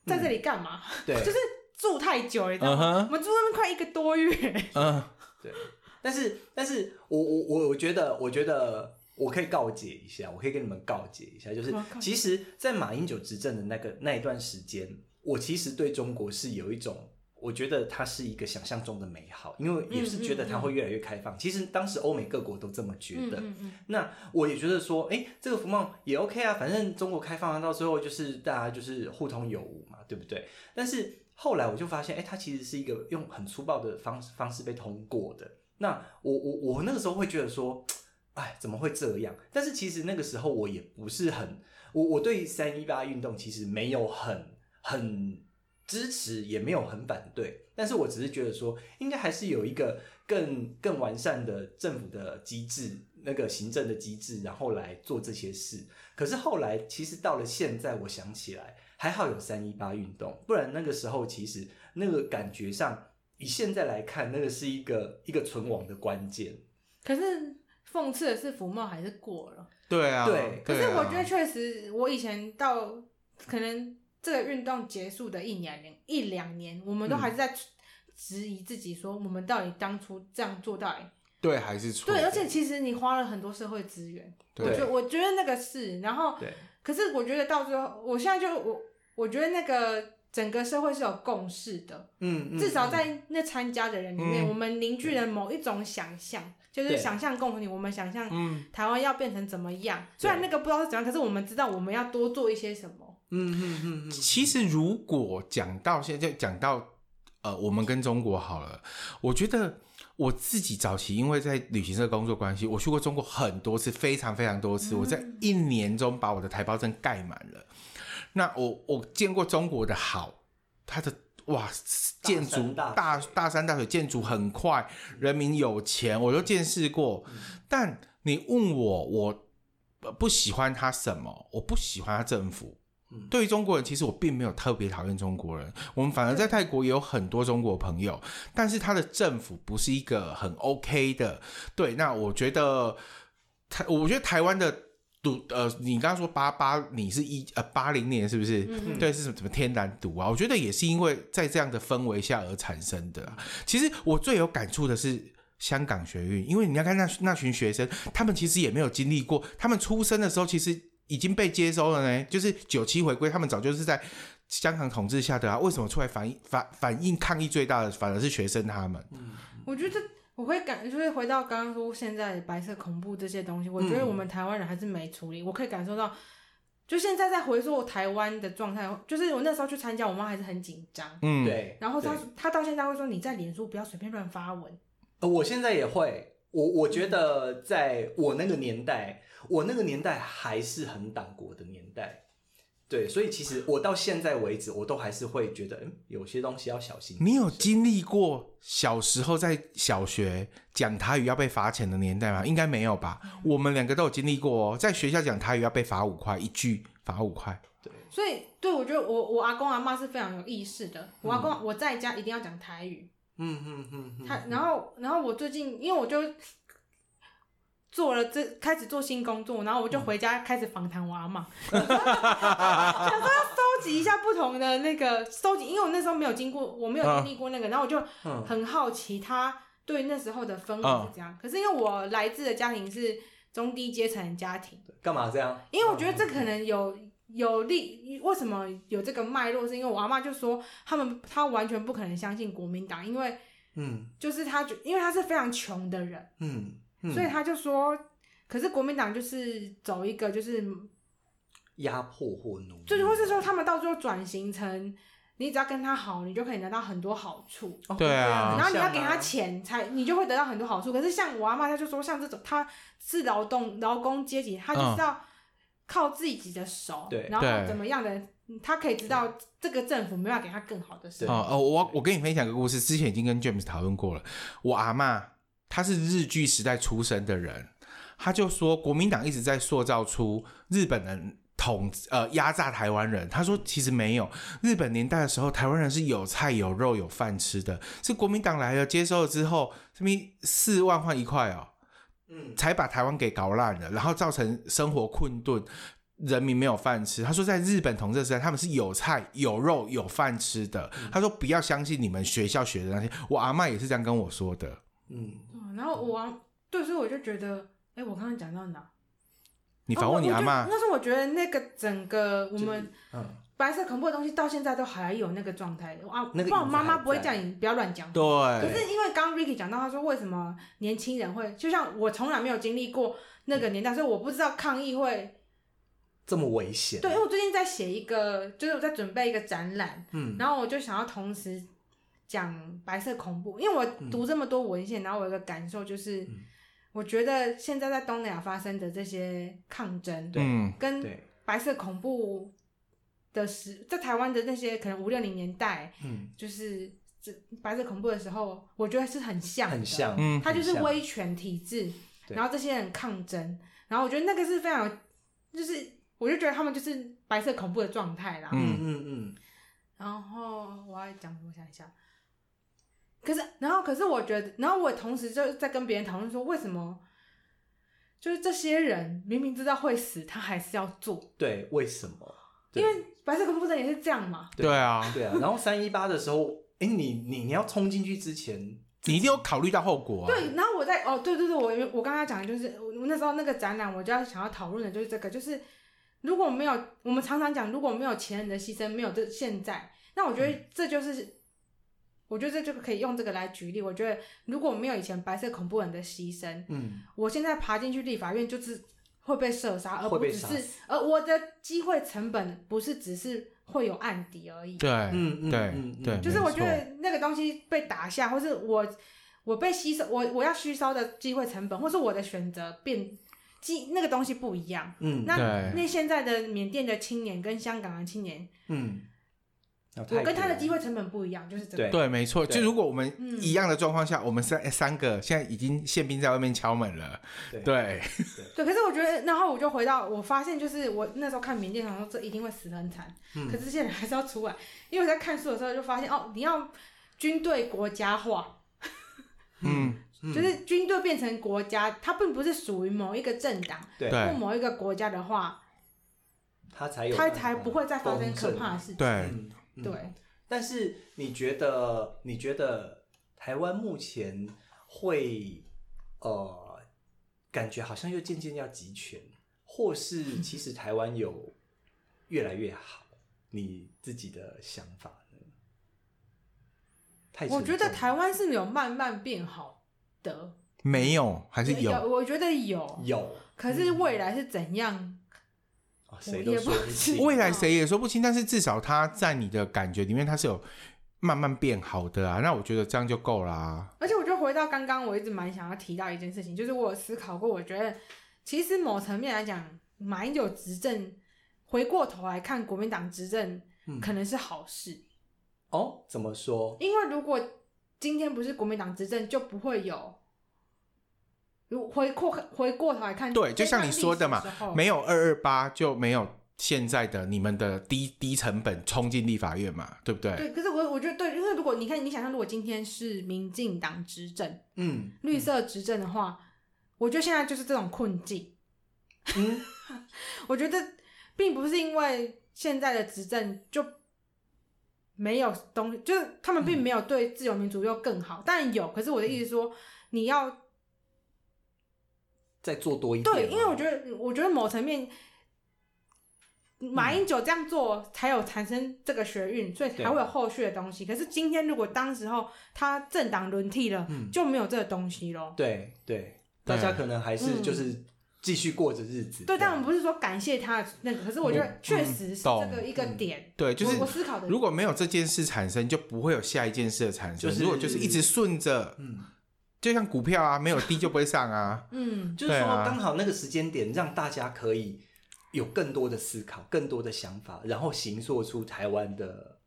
A: 在这里干嘛？
C: 嗯对，
A: 就是住太久了，你知道
D: 嗯
A: 吗？我
D: 哼，
A: 们住那边快一个多月，
D: 嗯，
C: 但是，但是我我我我觉得，我觉得我可以告诫一下，我可以跟你们告诫一下，就是
A: 好告诫
C: 其实，在马英九执政的那个那一段时间，我其实对中国是有一种，我觉得它是一个想象中的美好，因为也是觉得它会越来越开放。其实当时欧美各国都这么觉
A: 嗯
C: 得，
A: 嗯嗯，
C: 那我也觉得说，哎、这个福茂也 OK 啊，反正中国开放啊，到最后就是大家就是互通有无嘛，对不对？但是后来我就发现，哎、它其实是一个用很粗暴的方式方式被通过的。那我我我那个时候会觉得说，哎，怎么会这样？但是其实那个时候我也不是很，我我对三一八运动其实没有很很支持，也没有很反对，但是我只是觉得说，应该还是有一个更更完善的政府的机制，那个行政的机制，然后来做这些事。可是后来，其实到了现在，我想起来，还好有三一八运动，不然那个时候其实那个感觉上，以现在来看，那个是一个一个存亡的关键。
A: 可是讽刺的是，福茂还是过了。
D: 对啊，
C: 对
A: 可是
D: 对啊
A: 我觉得确实，我以前到可能这个运动结束的一年两一两年，我们都
C: 嗯
A: 还是在质疑自己，说我们到底当初这样做到底
D: 对还是错的，
A: 对，而且其实你花了很多社会资源，我
D: 对
A: 觉我觉得那个是，然后
C: 对，
A: 可是我觉得到最后，我现在就我我觉得那个整个社会是有共识的，
C: 嗯，嗯
A: 至少在那参加的人里面，
D: 嗯
A: 我们凝聚了某一种想象，就是
C: 对
A: 想象共同体，我们想象
D: 嗯
A: 台湾要变成怎么样，虽然那个不知道是怎样，可是我们知道我们要多做一些什么。
C: 嗯嗯嗯嗯，
D: 其实如果讲到现在，讲到呃，我们跟中国好了，我觉得我自己早期因为在旅行社工作关系，我去过中国很多次，非常非常多次。我在一年中把我的台胞证盖满了。那我我见过中国的好，它的哇建筑
C: 大山
D: 大大山大水，建筑很快，人民有钱，我都见识过。但你问我，我呃不喜欢他什么？我不喜欢他政
C: 嗯
D: 府。对于中国人，其实我并没有特别讨厌中国人，我们反而在泰国也有很多中国朋友，但是他的政府不是一个很 OK 的。对，那我觉得台，我觉得台湾的独呃，你刚刚说八八，你是一呃八零年是不是？
A: 嗯，
D: 对，是什么什么天然毒啊？我觉得也是因为在这样的氛围下而产生的啊、其实我最有感触的是香港学运，因为你要看那那群学生，他们其实也没有经历过，他们出生的时候其实。已经被接收了呢？就是九七回归，他们早就是在香港统治下的啊，为什么出来反反反应抗议最大的反而是学生他们？
A: 我觉得我会感，就是回到刚刚说现在白色恐怖这些东西，我觉得
C: 嗯
A: 我们台湾人还是没处理。我可以感受到，就现在在回溯台湾的状态，就是我那时候去参加，我妈还是很紧张。
D: 嗯，，
C: 对。
A: 然后她
C: 对
A: 她到现在会说你在脸书不要随便乱发文，
C: 呃我现在也会，我我觉得在我那个年代，我那个年代还是很党国的年代，对，所以其实我到现在为止，我都还是会觉得，嗯，有些东西要小心。
D: 你有经历过小时候在小学讲台语要被罚钱的年代吗？应该没有吧？我们两个都有经历过哦，在学校讲台语要被罚五块一句，罚五块。
A: 所以对我觉得我我阿公阿妈是非常有意识的。我阿公、我在家一定要讲台语，
C: 嗯嗯嗯嗯，
A: 他然后然后我最近因为我就做了这开始做新工作，然后我
C: 嗯
A: 就回家开始访谈我阿 妈，想说要收集一下不同的那个收集，因为我那时候没有经过，我没有经历过那个，然后我就
C: 啊嗯
A: 很好奇他对那时候的氛围是怎样。可是因为我来自的家庭是中低阶层家庭，
C: 干嘛这样？
A: 因为我觉得这
C: 嗯
A: 可能有有利，为什么有这个脉络？是因为我阿妈就说他们他完全不可能相信国民党，因为
C: 嗯
A: 就是他觉，因为他是非常穷的人，
C: 嗯嗯，
A: 所以他就说，可是国民党就是走一个就是
C: 压迫或奴役，
A: 就是或是说他们到最后转型成。你只要跟他好，你就可以拿到很多好处，
C: 哦
D: 对啊
A: 然后你要
C: 像
A: 给他钱才，你就会得到很多好处。可是像我阿妈，她就说，像这种她是劳动劳工阶级，她就是要靠自己的手，
C: 对
A: 然后
D: 嗯对
A: 怎么样的，她可以知道这个政府没有给她更好的生活。
D: 哦哦，我我跟你分享个故事，之前已经跟 James 讨论过了。我阿嬷她是日据时代出生的人，她就说国民党一直在塑造出日本人统呃压榨台湾人。她说其实没有，日本年代的时候，台湾人是有菜有肉有饭吃的，是国民党来了接收了之后，什么四万换一块哦，
C: 嗯
D: 才把台湾给搞烂了，然后造成生活困顿，人民没有饭吃。他说，在日本统治时代，他们是有菜有肉有饭吃的。
C: 嗯
D: 他说，不要相信你们学校学的那些。我阿嬷也是这样跟我说的。
C: 嗯，
A: 嗯然后我阿对，所以我就觉得，哎，我刚刚讲到哪？
D: 你访问你
A: 哦我
D: 阿嬷，
A: 我就但是我觉得那个整个我
C: 就是
A: 们
C: 嗯
A: 白色恐怖的东西到现在都还有那个状态，我啊，
C: 那
A: 不
C: 个
A: 然我
C: 影子
A: 妈妈
C: 还
A: 不会
C: 在
A: 叫你不要乱讲话。可
D: 对
A: 是因为刚刚 Ricky 讲到，他说为什么年轻人会，就像我从来没有经历过那个年代，所以我不知道抗议会。
C: 这么危险，
A: 对，因为我最近在写一个，就是我在准备一个展览，
C: 嗯，
A: 然后我就想要同时讲白色恐怖，因为我读这么多文献，然后我有一个感受就是
C: 嗯，
A: 我觉得现在在东南亚发生的这些抗争，
C: 对
D: 嗯
A: 跟
C: 对，
A: 白色恐怖的时，在台湾的那些可能五六零年代，
C: 嗯，
A: 就是这白色恐怖的时候，我觉得是很像的，
C: 很像，
D: 嗯
A: 它就是
C: 很像
A: 威权体制，
C: 对
A: 然后这些人抗争，然后我觉得那个是非常有，就是我就觉得他们就是白色恐怖的状态啦。
D: 嗯
C: 嗯嗯嗯，
A: 然后我要讲什么？我想一下。可是，然后可是我觉得，然后我同时就在跟别人讨论说，为什么就是这些人明明知道会死，他还是要做？
C: 对，为什么？对
A: 因为白色恐怖的也是这样嘛。
D: 对啊，
C: 对啊，然后三一八的时候，哎、你你你要冲进去之前，
D: 你一定有考虑到后果啊。
A: 对，然后我在哦，对对对，我我刚刚讲的就是我我那时候那个展览，我就要想要讨论的就是这个，就是如果没有我们常常讲，如果没有前人的牺牲，没有这现在，那我觉
C: 嗯
A: 得这就是，我觉得这就可以用这个来举例。我觉得如果没有以前白色恐怖人的牺牲，
C: 嗯，
A: 我现在爬进去立法院就是会被射杀，而
C: 会
A: 不
C: 被
A: 只
C: 杀
A: 是而我的机会成本不是只是会有案底而已。
D: 对，
C: 嗯嗯
D: 对
C: 嗯嗯
D: 对，
A: 就是我觉
D: 没错
A: 得那个东西被打下，或是我我被吸收，我我要吸收的机会成本，或是我的选择变，机那个东西不一样。
C: 嗯，
A: 那
D: 对
A: 那现在的缅甸的青年跟香港的青年，
C: 嗯，然后泰
A: 我跟他的
C: 国
A: 机会成本不一样，就是这个。
C: 对
D: 对，没错。
C: 对
D: 就如果我们
A: 嗯
D: 一样的状况下，我们三三个现在已经宪兵在外面敲门了，
C: 对
D: 对，
A: 对，可是我觉得，然后我就回到，我发现就是我那时候看缅甸，想说这一定会死得很惨，
C: 嗯
A: 可是这些人还是要出来，因为我在看书的时候就发现，哦，你要军队国家化，
D: 嗯，
C: 嗯
A: 就是军队变成国家，它并不是属于某一个政党
C: 对
A: 或
D: 对
A: 某一个国家的话，
C: 他才有
A: 它
C: 办
A: 才
C: 法
A: 不会再发生
C: 公正
A: 可怕的事情。
D: 对，
C: 嗯，嗯
A: 对，
C: 但是你觉得，你觉得台湾目前会呃，感觉好像又渐渐要集权，或是其实台湾有越来越好，你自己的想法呢？太沉重
A: 我
C: 了
A: 觉得台湾是有慢慢变好的，
D: 没有还是有？
A: 我觉得有，
C: 有，
A: 可是未来是怎样？
C: 哦谁都 说不
A: 我也不知
C: 清
A: 道
D: 未来谁也说不清，但是至少它在你的感觉里面，它是有慢慢变好的啊。那我觉得这样就够啊啦、
A: 而且我就回到刚刚，我一直蛮想要提到一件事情，就是我有思考过，我觉得其实某层面来讲，马英九执政回过头来看国民党执政
C: 嗯
A: 可能是好事，
C: 哦，怎么说？
A: 因为如果今天不是国民党执政，就不会有。如回过回过头来看，
D: 对就像你说的嘛
A: 这段历史时候，
D: 没有二二八就没有现在的你们的低低成本冲进立法院嘛，对不对？
A: 对，可是我我觉得对，因为如果你看，你想象如果今天是民进党执政、
C: 嗯，
A: 绿色执政的话，我觉得现在就是这种困境。
C: 嗯，
A: 我觉得并不是因为现在的执政就没有东西，就是他们并没有对自由民主又更好，当然有。可是我的意思说，你要
C: 再做多一点。
A: 对，因为我觉得，我觉得某层面，马英九这样做才有产生这个学运，所以才会有后续的东西。可是今天如果当时候他政党轮替了，
C: 嗯
A: 就没有这个东西咯。
C: 对对，大家可能还是就是继续过着日子。
A: 嗯对，但我们
C: 们
A: 不是说感谢他那个，可是我觉得确实是这
D: 嗯懂
A: 个一个点，
D: 对，就是
A: 我我思考的。
D: 如果没有这件事产生，就不会有下一件事的产生。
C: 就是
D: 如果就是一直顺着，
C: 嗯，
D: 就像股票啊，没有低就不会上啊。
A: 嗯，
C: 就是
D: 对
C: 说
D: 啊
C: 刚好那个时间点，让大家可以有更多的思考、更多的想法，然后形塑出台湾的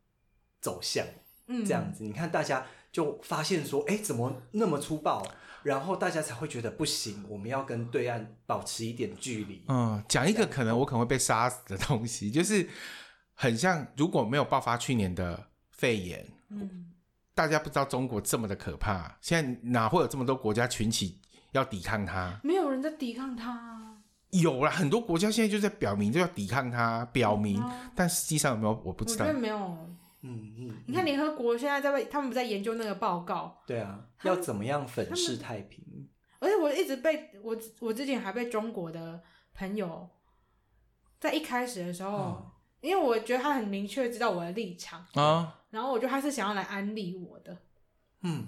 C: 走向。
A: 嗯
C: 这样子，你看大家就发现说，哎、怎么那么粗暴？然后大家才会觉得不行，我们要跟对岸保持一点距离。
D: 嗯，讲一个可能我可能会被杀死的东西，就是很像如果没有爆发去年的肺炎，
A: 嗯，
D: 大家不知道中国这么的可怕，现在哪会有这么多国家群起要抵抗它？
A: 没有人在抵抗他啊。
D: 有啦，很多国家现在就在表明就要抵抗它，表明，
A: 啊
D: 但实际上有没有我不
A: 我
D: 知
A: 觉得。
D: 道
A: 没有。
C: 嗯嗯，
A: 你看
C: 嗯
A: 联合国现在在为他们不在研究那个报告，
C: 对啊，
A: 他
C: 要
A: 们
C: 怎么样粉
A: 他们
C: 饰太平？
A: 而且我一直被我我之前还被中国的朋友，在一开始的时候，
C: 嗯
A: 因为我觉得他很明确知道我的立场，
D: 啊，
A: 然后我觉得他是想要来安利我的，
C: 嗯，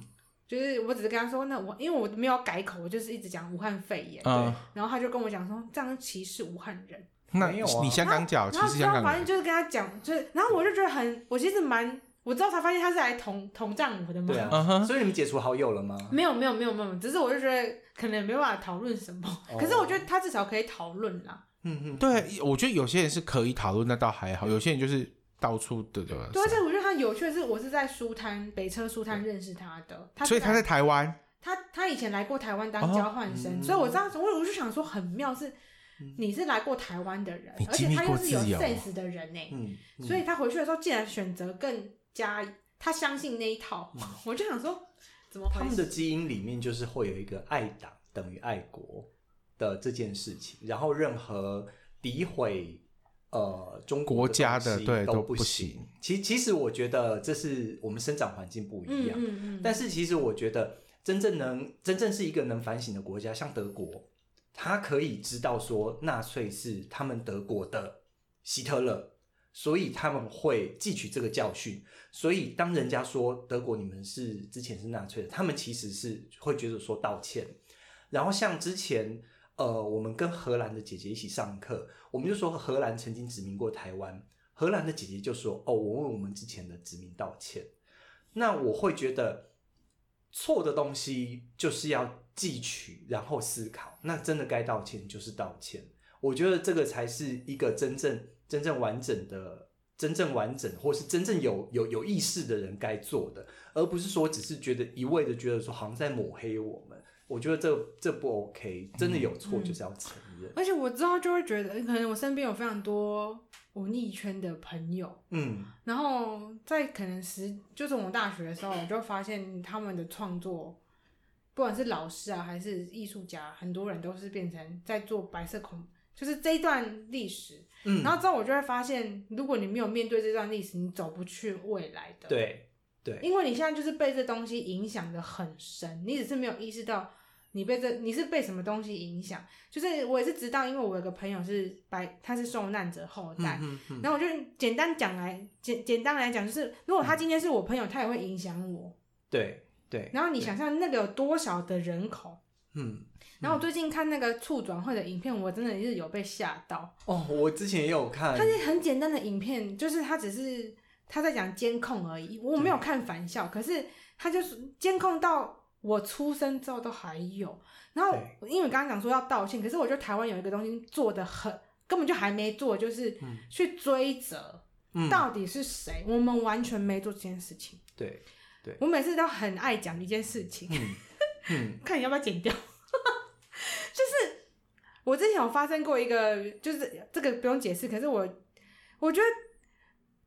A: 就是我只是跟他说，那我因为我没有改口，我就是一直讲武汉肺炎，
D: 嗯，
A: 然后他就跟我讲说这样歧视武汉人，
D: 那
C: 没有啊
D: 你香港脚，其
A: 然后
D: 实
A: 之
D: 香
A: 后
D: 港
A: 反正
D: 人
A: 就是跟他讲，就是然后我就觉得很，我其实蛮，我之后才发现他是来统统战我的嘛，
C: 对
D: 嗯
C: 啊。
D: 哼
C: 所以你们解除好友了吗？
A: 没有没有没有没有，只是我就觉得可能没办法讨论什么，
C: 哦
A: 可是我觉得他至少可以讨论啦。
C: 嗯嗯，
D: 对，我觉得有些人是可以讨论，那倒还好；有些人就是到处的对
C: 哦
D: 吧？
A: 对，而
C: 啊
A: 且我觉得他有趣的是，我是在书摊北车书摊认识他的，他是
D: 所以他在台湾，
A: 他他以前来过台湾
D: 哦
A: 当交换生，
C: 嗯
A: 所以我知道，我我就想说很妙是
C: 嗯，
A: 你是来过台湾的人
D: 你，
A: 而
D: 经
A: 且
D: 历
A: 他
D: 过
A: 又是有
D: 自由
A: sense 的人欸呢、
C: 嗯，嗯
A: 所以他回去的时候竟然选择更加他相信那一套， 我就想说怎么
C: 嗯他
A: 回
C: 们
A: 事？
C: 的基因里面就是会有一个爱党等于爱国的这件事情，然后任何诋毁呃中国
D: 国家的
C: 东西
D: 对
C: 都
D: 都不
C: 行
D: 行。
C: 其其实我觉得这是我们生长环境不一
A: 嗯
C: 样，
A: 嗯嗯，
C: 啊但是其实我觉得真正能真正是一个能反省的国家，像德国，他可以知道说纳粹是他们德国的希特勒。所以他们会汲取这个教训，所以当人家说德国你们是之前是纳粹的，他们其实是会觉得说道歉。然后像之前呃，我们跟荷兰的姐姐一起上课，我们就说荷兰曾经殖民过台湾，荷兰的姐姐就说哦，我为我们之前的殖民道歉。那我会觉得错的东西就是要汲取，然后思考。那真的该道歉就是道歉。我觉得这个才是一个真正真正完整的、真正完整或是真正有有有意识的人该做的，而不是说只是觉得一味的觉得说好像在抹黑我们。我觉得这这不 OK，真的有错
A: 嗯
C: 就是要承认。
A: 而且我之后就会觉得，可能我身边有非常多文艺圈的朋友，
C: 嗯
A: 然后在可能十，就是我大学的时候，我就发现他们的创作，不管是老师啊还是艺术家，很多人都是变成在做白色恐，就是这一段历史。
C: 嗯，
A: 然后之后我就会发现，如果你没有面对这段历史，你走不去未来的。，
C: 对对，
A: 因为你现在就是被这东西影响的很深，你只是没有意识到你被这你是被什么东西影响？就是我也是知道，因为我有个朋友是白，他是受难者后代，
C: 嗯嗯
A: 然后我就简单讲来，简简单来讲，就是如果他今天是我朋友，他也会影响我。
C: 对对，
A: 然后你想象那个有多少的人口？
C: 嗯，
A: 然后我最近看那个促转会的影片，我真的是有被吓到。
C: 哦，我之前也有看
A: 它，是很简单的影片，就是它只是他在讲监控而已。我没有看返校，可是他就是监控到我出生之后都还有。然后因为你刚刚讲说要道歉，可是我觉得台湾有一个东西做的很，根本就还没做，就是
C: 嗯
A: 去追责、
C: 嗯，
A: 到底是谁，我们完全没做这件事情。
C: 对，
A: 我每次都很爱讲一件事情，
C: 嗯嗯
A: 看你要不要剪掉。 就是我之前有发生过一个，就是这个不用解释，可是我我觉得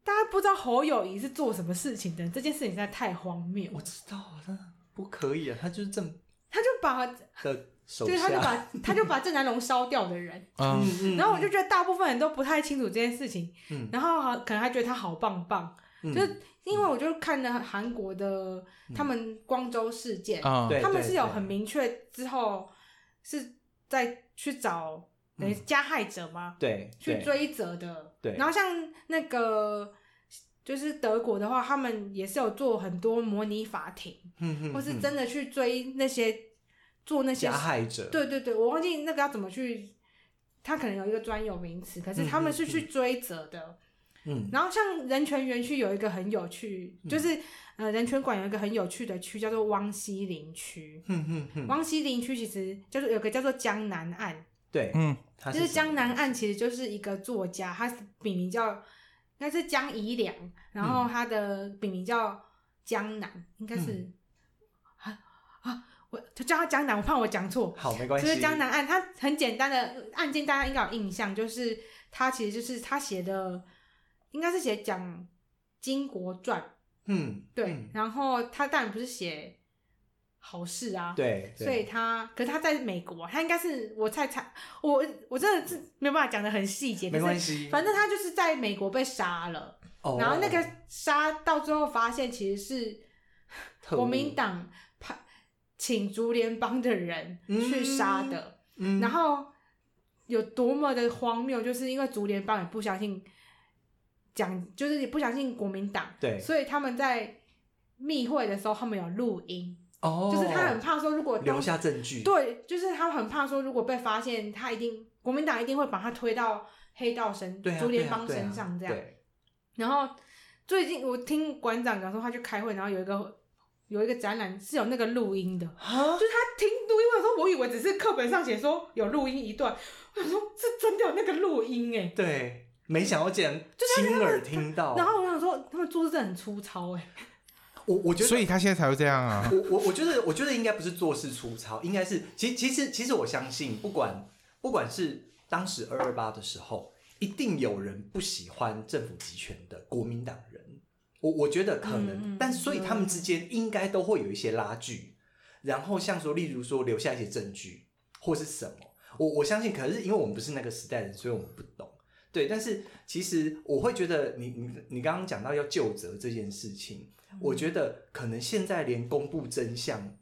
A: 大家不知道侯友谊是做什么事情的，这件事情实在太荒谬
C: 我。知道啊，那不可以啊，他就是正
A: 他就把
C: 的手
A: 对，他就
C: 下，
A: 把他就把郑南龙烧掉的人，
D: 嗯，
C: 嗯
A: 然后我就觉得大部分人都不太清楚这件事情，
C: 嗯
A: 然后好可能还觉得他好棒棒，
C: 嗯
A: 就是因为我就看了韩国的他们光州事件，
D: 啊，
C: 对
A: 他们是有很明确之后是在去找等于加害者吗？
C: 对
A: 去
C: 嗯对
A: 追责的。
C: 对
A: 然后像那个就是德国的话，他们也是有做很多模拟法庭，
C: 嗯嗯
A: 或是
C: 嗯
A: 真的去追那些做那些
C: 加害者，
A: 对对对，我忘记那个要怎么去，他可能有一个专有名词，可是他们是去追责的。
C: 嗯
A: 然后像人权园区有一个很有趣，就是呃人权馆有一个很有趣的区叫做汪西林区。
C: 嗯嗯嗯，
A: 汪西林区其实叫做有个叫做江南岸，
C: 对，
D: 嗯，
C: 他
A: 就是是
C: 什么
A: 江南岸其实就是一个作家，他笔名叫应该是江宜良，然后他的笔名叫江南，应该是、
C: 嗯
A: 啊啊，我就叫他江南，我怕我讲错，
C: 好没关
A: 就
C: 系，
A: 是江南案，它很简单的案件，大家应该有印象，就是他其实就是他写的，应该是写讲金国传，
C: 嗯
A: 对，
C: 嗯
A: 然后他当然不是写好事啊，，
C: 对，对
A: 所以他，可是他在美国，啊他应该是我猜猜，我我真的是没有办法讲的很细节，
C: 没
A: 可
C: 关
A: 是
C: 系，
A: 反正他就是在美国被杀了，
C: 哦
A: 然后那个杀到最后发现其实是
C: 特务
A: 国民党派请竹联帮的人去杀的。
C: 嗯
A: 然后有多么的荒谬，就是因为竹联帮也不相信讲，就是也不相信国民党，
C: 对
A: 所以他们在密会的时候，他们有录音，
C: 哦，
A: 就是他很怕说，如果当
C: 留下证据，
A: 对，就是他很怕说，如果被发现，他一定国民党一定会把他推到黑道身、
C: 对啊，
A: 竹
C: 对
A: 联
C: 啊
A: 帮
C: 对啊
A: 身上这样。
C: 对
A: 然后最近我听馆长讲说，他去开会，然后有一个有一个展览是有那个录音的，
C: 啊，
A: 就是他听录音，我想说我以为只是课本上写说有录音一段，我想说是真的有那个录音哎。
C: 对，没想到竟然亲耳听到，
A: 然后我想说他们做事真的很粗糙哎，
C: 我我觉得
D: 所。以他现在才会这样啊。
C: 我我我觉得，我觉得应该不是做事粗糙，应该是其其实其实我相信，不管不管是当时二二八的时候，一定有人不喜欢政府集权的国民党人，我我觉得可能，
A: 嗯嗯
C: 但所以他
A: 嗯
C: 们之间应该都会有一些拉锯，然后像说，例如说留下一些证据或是什么，我我相信，可是因为我们不是那个时代人，所以我们不懂。对，但是其实我会觉得你，你你刚刚讲到要就责这件事情，
A: 嗯
C: 我觉得可能现在连公布真相，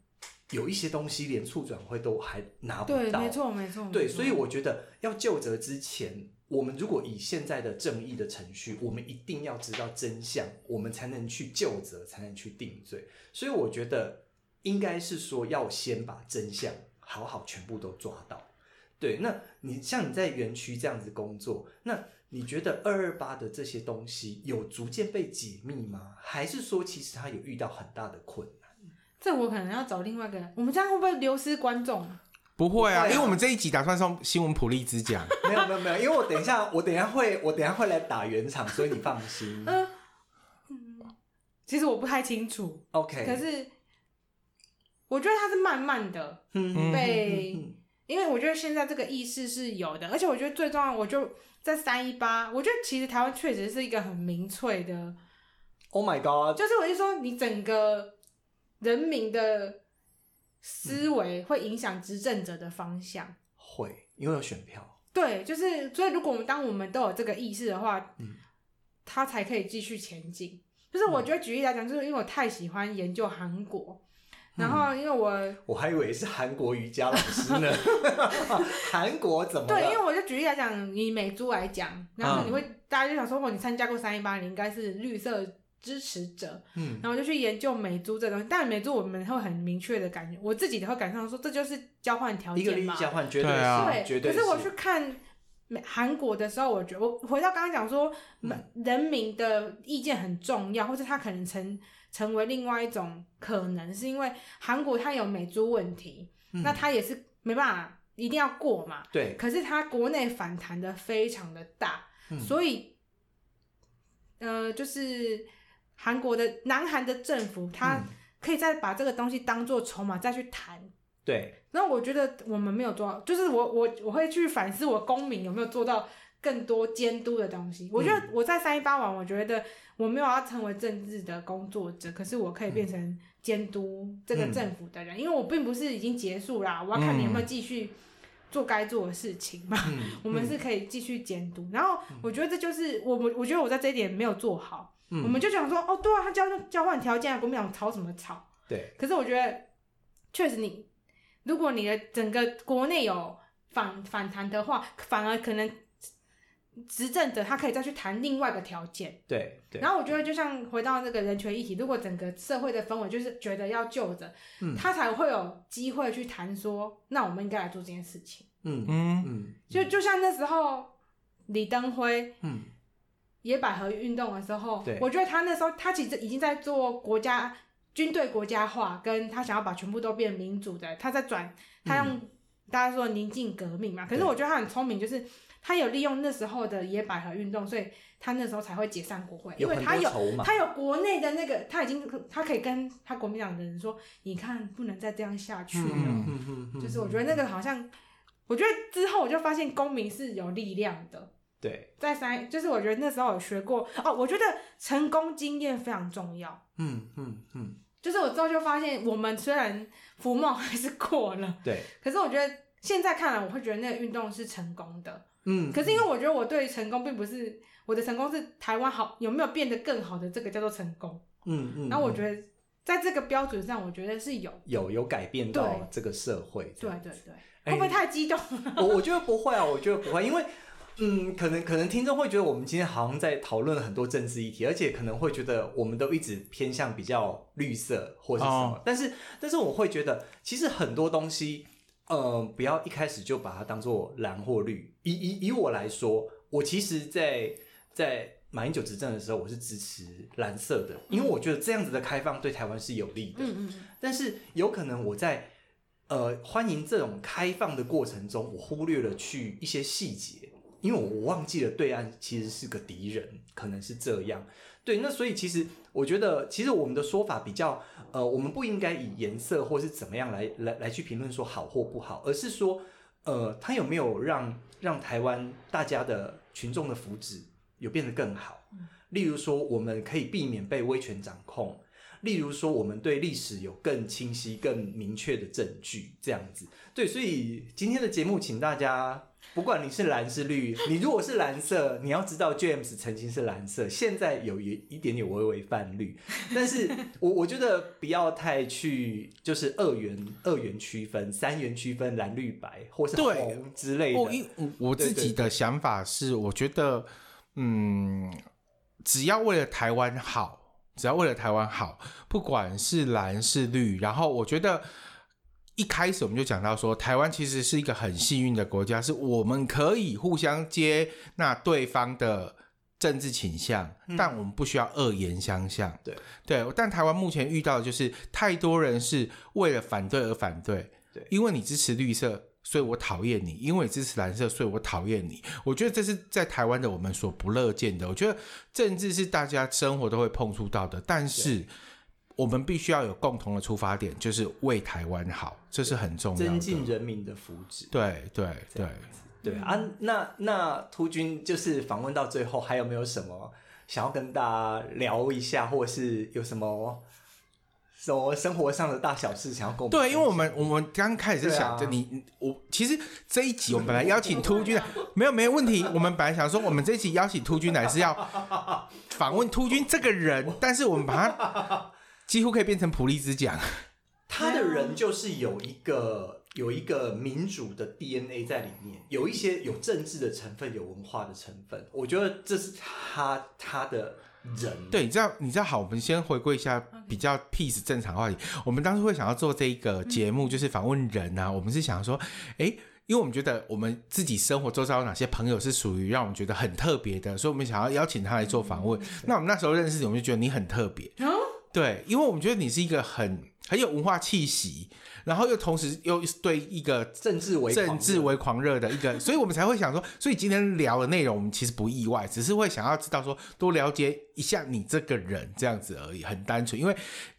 C: 有一些东西连促转会都还拿不
A: 对，
C: 到。
A: 没错没错。
C: 对，
A: 没错
C: 所以我觉得要就责之前，我们如果以现在的正义的程序，我们一定要知道真相，我们才能去就责，才能去定罪。所以我觉得应该是说要先把真相好好全部都抓到。对，那你像你在园区这样子工作，那你觉得二二八的这些东西有逐渐被解密吗？还是说其实它有遇到很大的困难？
A: 这我可能要找另外一个人，我们这样会不会流失观众？
D: 不会
C: 不
D: 啊，
C: 会啊
D: 因为我们这一集打算送新闻普利兹奖。
C: 没有没有没有，因为我等一下我等一下会我等一下会来打圆场，所以你放心。
A: 嗯嗯，其实我不太清楚，
C: OK，
A: 可是我觉得他是慢慢的
C: 嗯
A: 被。
C: 嗯
A: 因为我觉得现在这个意识是有的，而且我觉得最重要，我就在三一八，我觉得其实台湾确实是一个很民粹的，
C: ，Oh my God，
A: 就是我是说，你整个人民的思维会影响执政者的方向。
C: 会，因为有选票，
A: 对，就是所以，如果我们当我们都有这个意识的话，
C: 嗯
A: 他才可以继续前进。就是我觉得举例来讲，就是因为我太喜欢研究韩国，然后因为我、
C: 我还以为是韩国瑜伽老师呢。 韩国怎么
A: 对，因为
C: 了？
A: 我就举例来讲，以美珠来讲，然后
C: 嗯
A: 你会、大家就想说，哦，你参加过三一八，你应该是绿色支持者，
C: 嗯
A: 然后我就去研究美珠这东西。但美珠我们会很明确的感觉，我自己也会感受到说，这就是交换条
C: 一个
A: 件
C: 利益
A: 嘛。
C: 交换，绝对
D: 对
C: 是，
D: 啊
A: 对，
C: 绝对
A: 可是我去看美韩国的时候，我觉得我回到刚刚讲说，人民的意见很重要，或者他可能成成为另外一种可能，是因为韩国它有美猪问题，
C: 嗯
A: 那它也是没办法，一定要过嘛。
C: 对，
A: 可是它国内反弹的非常的大，
C: 嗯
A: 所以，呃，就是韩国的南韩的政府，他
C: 嗯
A: 可以再把这个东西当做筹码再去谈。
C: 对，
A: 那我觉得我们没有做到，就是我我我会去反思我公民有没有做到更多监督的东西。我觉得我在三一八网，我觉得我没有要成为政治的工作者，可是我可以变成监督这个政府的人，
C: 嗯
A: 因为我并不是已经结束啦，我要看你有没有继续做该做的事情嘛。
C: 嗯，
A: 我们是可以继续监督，然后我觉得这就是我我我觉得我在这一点没有做好，
C: 嗯
A: 我们就想说哦，对啊，他交交换条件啊，国民党吵什么吵？
C: 对，
A: 可是我觉得，确实你，如果你的整个国内有反反弹的话，反而可能执政者他可以再去谈另外一个条件。
C: 对，对，
A: 然后我觉得，就像回到那个人权议题，如果整个社会的氛围就是觉得要救着，
C: 嗯
A: 他才会有机会去谈说，那我们应该来做这件事情。
C: 嗯
D: 嗯，
C: 嗯，
A: 就就像那时候李登辉
C: 嗯
A: 野百合运动的时候
C: 对，
A: 我觉得他那时候他其实已经在做国家军队国家化，跟他想要把全部都变民主的，他在转，他用、大家说宁静革命嘛。可是
C: 嗯对
A: 我觉得他很聪明，就是他有利用那时候的野百合运动，所以他那时候才会解散国会，因为
C: 很
A: 他
C: 多
A: 有。
C: 筹码，
A: 他有国内的那个，他已经他可以跟他国民党的人说，你看不能再这样下去了。
D: 嗯
C: 嗯
A: 就是我觉得那个好像，我觉得之后我就发现公民是有力量的，
C: 对，
A: 在三，就是我觉得那时候有学过哦，我觉得成功经验非常重要。
C: 嗯嗯嗯，
A: 就是我之后就发现，我们虽然浮梦还是过了，
C: 对，
A: 可是我觉得现在看来，我会觉得那个运动是成功的。
C: 嗯，
A: 可是因为我觉得我对于成功并不是我的成功是台湾好有没有变得更好的这个叫做成功。
C: 嗯嗯，
A: 然后我
C: 嗯
A: 觉得在这个标准上，我觉得是有，
C: 有有改变到
A: 对
C: 这个社会，
A: 对对对，会
C: 哎
A: 不会太激动？
C: 我我觉得不会啊，我觉得不会，因为嗯，可能可能听众会觉得我们今天好像在讨论很多政治议题，而且可能会觉得我们都一直偏向比较绿色或是什么，但是但是我会觉得其实很多东西，呃，不要一开始就把它当做蓝或绿。以以以我来说，我其实在在。马英九执政的时候，我是支持蓝色的，因为我觉得这样子的开放对台湾是有利的。
A: 嗯嗯，
C: 但是有可能我在呃欢迎这种开放的过程中，我忽略了去一些细节，因为我忘记了对岸其实是个敌人，可能是这样。对，那所以其实我觉得，其实我们的说法比较，呃，我们不应该以颜色或是怎么样来来来去评论说好或不好，而是说，呃，它有没有让让台湾大家的群众的福祉有变得更好？
D: 嗯
C: 例如说，我们可以避免被威权掌控，例如说，我们对历史有更清晰、更明确的证据，这样子。对，所以今天的节目，请大家，不管你是蓝是 绿，你如果是蓝色，你要知道 James 曾经是蓝色，现在有一一点点微微泛绿，但是我我觉得不要太去就是二元二元区分、三元区分蓝绿白或是
D: 对
C: 红之类
D: 我
C: 的。
D: 因我我自己的想法是，我觉得，嗯，只要为了台湾好，只要为了台湾好，不管是蓝是绿，然后我觉得。一开始我们就讲到说，台湾其实是一个很幸运的国家，是我们可以互相接纳对方的政治倾向，但我们不需要恶言相向。
C: 对
D: 对，但台湾目前遇到的就是太多人是为了反对而反对，
C: 对
D: 因为你支持绿色，所以我讨厌你；因为你支持蓝色，所以我讨厌你。我觉得这是在台湾的我们所不乐见的。我觉得政治是大家生活都会碰触到的，但是我们必须要有共同的出发点，就是为台湾好，这是很重要的。
C: 增进人民的福祉。
D: 对对对，
C: 对
D: 嗯
C: 啊，那那秃君就是访问到最后，还有没有什么想要跟大家聊一下，或者是有什么什么生活上的大小事想要跟我们分享？
D: 对，因为我们我们刚开始是想
C: 对
D: 着
C: 啊
D: 你、你我，其实这一集我们本来邀请秃君来，没有没有问题。我们本来想说，我们这一集邀请秃君来是要访问秃君这个人，但是我们把他几乎可以变成普利兹奖。
C: 他的人就是有一个有一个民主的 DNA 在里面，有一些有政治的成分，有文化的成分。我觉得这是他他的人，
D: 对，你知道，你知道，好，我们先回归一下比较 peace 正常话题。我们当初会想要做这一个节目，就是访问人啊，我们是想说，诶，因为我们觉得我们自己生活周遭有哪些朋友是属于让我们觉得很特别的，所以我们想要邀请他来做访问。那我们那时候认识你，我们就觉得你很特别，
A: 嗯
D: 对，因为我们觉得你是一个很很有文化气息，然后又同时又对一个
C: 政治为
D: 政治
C: 狂热
D: 为狂热的一个， 所以我们才会想说，所以今天聊的内容我们其实不意外，只是会想要知道说多了解一下你这个人这样子而已，很单纯。因为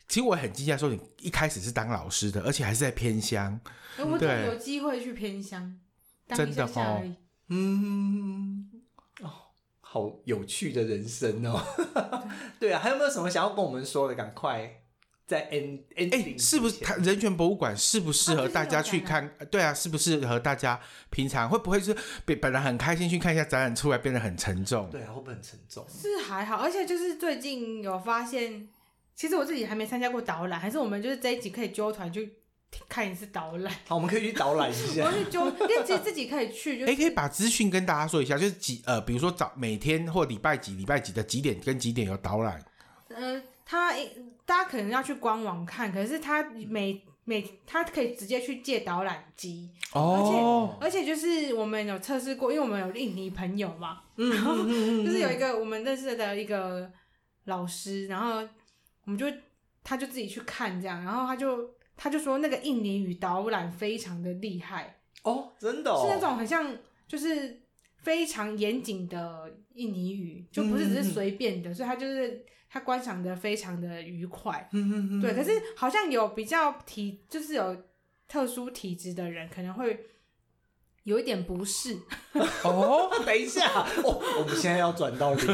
D: 其实我很惊讶，说你一开始是当老师的，而且还是在偏乡，
A: 哎我
D: 对
A: 总有机会去偏乡，当
D: 真
A: 一
D: 的
A: 下下
D: 哦
A: 而已。
C: 嗯，哦，好有趣的人生哦。 对啊，还有没有什么想要跟我们说的？赶快在 end
D: 哎、
C: ending
D: 是不是
C: 之前
D: 它人权博物馆适不适合大家去看？对啊，适不适合大家平常会不会是本本来很开心去看一下展览，出来变得很沉重？
C: 对啊，会不会很沉重？
A: 是还好，而且就是最近有发现，其实我自己还没参加过导览，还是我们就是这一集可以揪团去看一次导 览，
C: 好，我们可以去导览一
A: 我
C: 下
A: 要。去揪，因为其实自己可以去，就
D: 哎、
A: 是
D: 可以把资讯跟大家说一下，就是几呃，比如说早每天或礼拜几、礼拜几的几点跟几点有导览，
A: 呃，他大家可能要去官网看，可是他每每他可以直接去借导览机，
D: 哦，
A: 而且就是我们有测试过，因为我们有印尼朋友嘛，
C: 嗯
A: 就是有一个我们认识的一个老师，然后我们就他就自己去看这样，然后他就他就说那个印尼语导览非常的厉害，
C: 哦，真的、哦、
A: 是那种很像就是非常严谨的印尼语，就不是
C: 嗯
A: 只是随便的，所以他就是他观赏的非常的愉快。
C: 嗯，嗯嗯
A: 对，可是好像有比较体就是有特殊体质的人可能会有一点不 适。
D: 哦，
C: 等一下，哦，我们现在要转到零，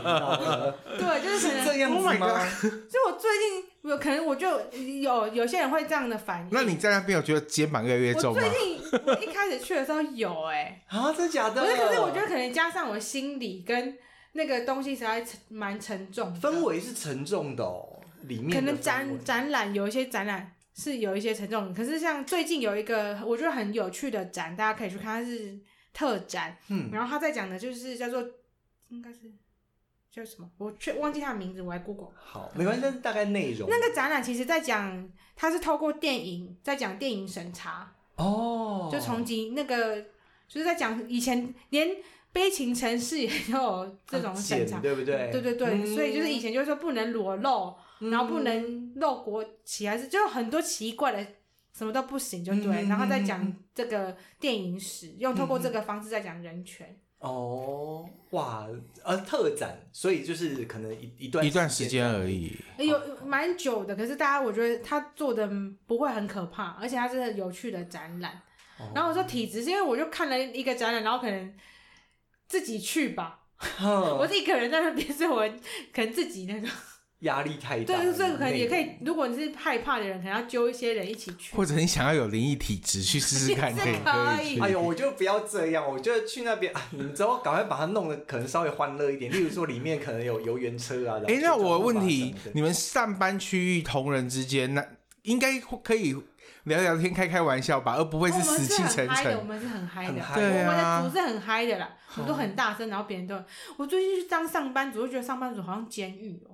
A: 对，就是可能
C: 是这样子
D: Oh my
C: 吗？
A: 所以我最近有可能我就有有些人会这样的反应。
D: 那你在那边有觉得肩膀越来越
A: 我
D: 重吗
A: 最？近我一开始去的时候有哎、
C: 啊，真假的？
A: 不是，可是我觉得可能加上我心理跟那个东西实在沉蛮沉重的，
C: 氛围是沉重的哦，里面的
A: 可能
C: 氛围
A: 展展览有一些展览是有一些沉重的，可是像最近有一个我觉得很有趣的展，大家可以去看，它是特展，
C: 嗯
A: 然后他在讲的就是叫做应该是叫什么，我却忘记他的名字，我还 Google。
C: 好，没关系，但是大概内容
A: 那个展览其实在讲，它是透过电影在讲电影审查，
C: 哦，
A: 就从今那个就是在讲以前连悲情城市也有这种审
C: 啊剪
A: 查，
C: 对不对？
A: 对对对，
C: 嗯
A: 所以就是以前就是说不能裸露，然后不
C: 嗯
A: 能露国旗，还是就有很多奇怪的什么都不行，就对。
C: 嗯
A: 然后再
C: 嗯
A: 讲
C: 嗯
A: 这个电影史，用透过这个方式在讲人权。
C: 哦，哇，呃，特展，所以就是可能一一段
D: 一段时间而。已。
A: 哎有蛮久的，可是大家我觉得他做的不会很可怕，而且他是有趣的展览。
C: 哦
A: 然后我说体质是因为我就看了一个展览，然后可能自己去吧，我
C: 哼
D: 哦
A: 是一个人在那边，所以我可能自己那个，
C: 压力太大了，
A: 对，所以可能也可
C: 内
A: 以。如果你是害怕的人，可能要揪一些人一起去。
D: 或者你想要有灵异体质去试试 看，
A: 也是
D: 可以
A: 可以
D: 去
C: 容。哎呦，我就不要这样，我就去那边啊！你之后赶快把它弄得可能稍微欢乐一点，例如说里面可能有游园车啊。
D: 哎、那我问
C: 你
D: 题，，你们上班区域同仁之间，那应该会可以聊聊天、开开玩笑吧，而不会
A: 我们
D: 死气
A: 很
D: 沉
A: 嗨哦的，我
D: 沉。
A: 们是很嗨的
C: 很，
A: 我
C: 嗨
D: 对
A: 们的
D: 啊
A: 组，是很嗨的啦，我们都很大声，然后别人都，我最近去当上班族，就觉得上班族好像监狱哦，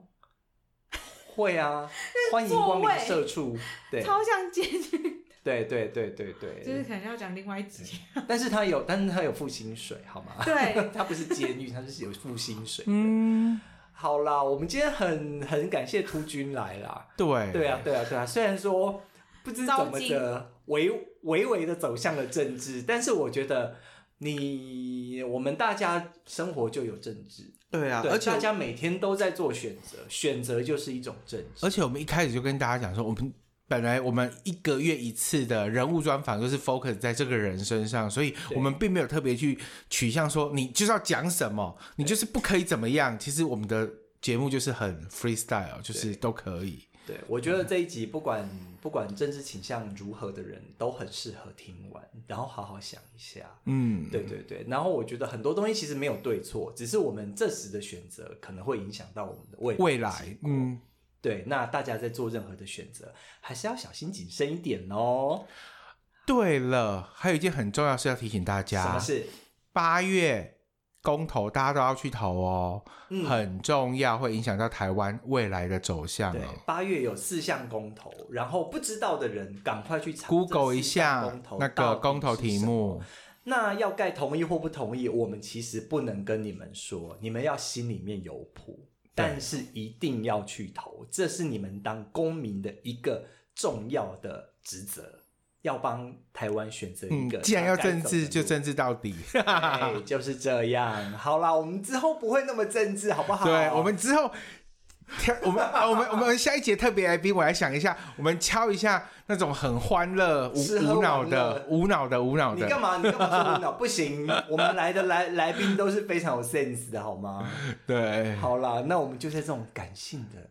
C: 会啊，欢迎光
A: 座
C: 临
A: 位
C: 社畜。对
A: 超像监狱，
C: 对对对对对，
A: 就是可能要讲另外一集。
C: 但是他有，但是他有付薪水，好吗？
A: 对，
C: 他不是监狱，他就是有付薪水。
D: 嗯，
C: 好啦，我们今天很很感谢突君来啦。
D: 对，
C: 对啊，对啊，对啊。虽然说不知怎么的微微微的走向了政治，但是我觉得你我们大家生活就有政治，
D: 对啊，
C: 对，
D: 而且
C: 大家每天都在做选择，选择就是一种政治。
D: 而且我们一开始就跟大家讲说，我们本来我们一个月一次的人物专访就是 focus 在这个人身上，所以
C: 对
D: 我们并没有特别去取向说你就是要讲什么，你就是不可以怎么样。其实我们的节目就是很 freestyle，就是都可以。
C: 对，我觉得这一集不管不管政治倾向如何的人都很适合听完，然后好好想一下。
D: 嗯，
C: 对对对，然后我觉得很多东西其实没有对错，只是我们这时的选择可能会影响到我们的未
D: 未
C: 来的
D: 来
C: 结，果
D: 嗯，
C: 对，那大家在做任何的选择，还是要小心谨慎一点哦。
D: 对了，还有一件很重要事要提醒大
C: 什
D: 家
C: 么，事？
D: 八月公投大家都要去投哦，
C: 嗯
D: 很重要，会影响到台湾未来的走向
C: 对
D: 哦。，
C: 八月有四项公投，然后不知道的人赶快去查
D: Google
C: 这
D: 一
C: 四项
D: 下
C: 公投
D: 那
C: 到
D: 个
C: 底
D: 公投
C: 是
D: 题
C: 什么。
D: 目，
C: 那要盖同意或不同意，我们其实不能跟你们说，你们要心里面有谱，但是一定要去投，这是你们当公民的一个重要的职责，要帮台湾选择一
D: 嗯
C: 个、，
D: 既然要政治，就
C: 政。
D: 政治 到底。
C: 哎，就是这样。好啦，我们之后不会那么政治，好不好？
D: 对，我们之后。挑我们我们我们下一节特别来宾，我来想一下，我们敲一下那种很欢乐、无
C: 吃喝
D: 无脑
C: 玩
D: 的
C: 乐、
D: 无脑的、无脑
C: 你干
D: 的，
C: 嘛？你干嘛说无脑？不行，我们来的来来宾都是非常有 sense 的，好吗？
D: 对，
C: 好啦，那我们就在这种感性的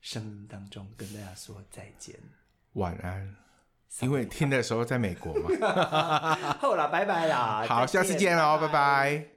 C: 声音当中跟大家说再见。
D: 晚安。因 为听的时候在美国嘛。
C: 好啦，拜拜啦！
D: 好，
C: 啊再
D: 下次见喽，拜拜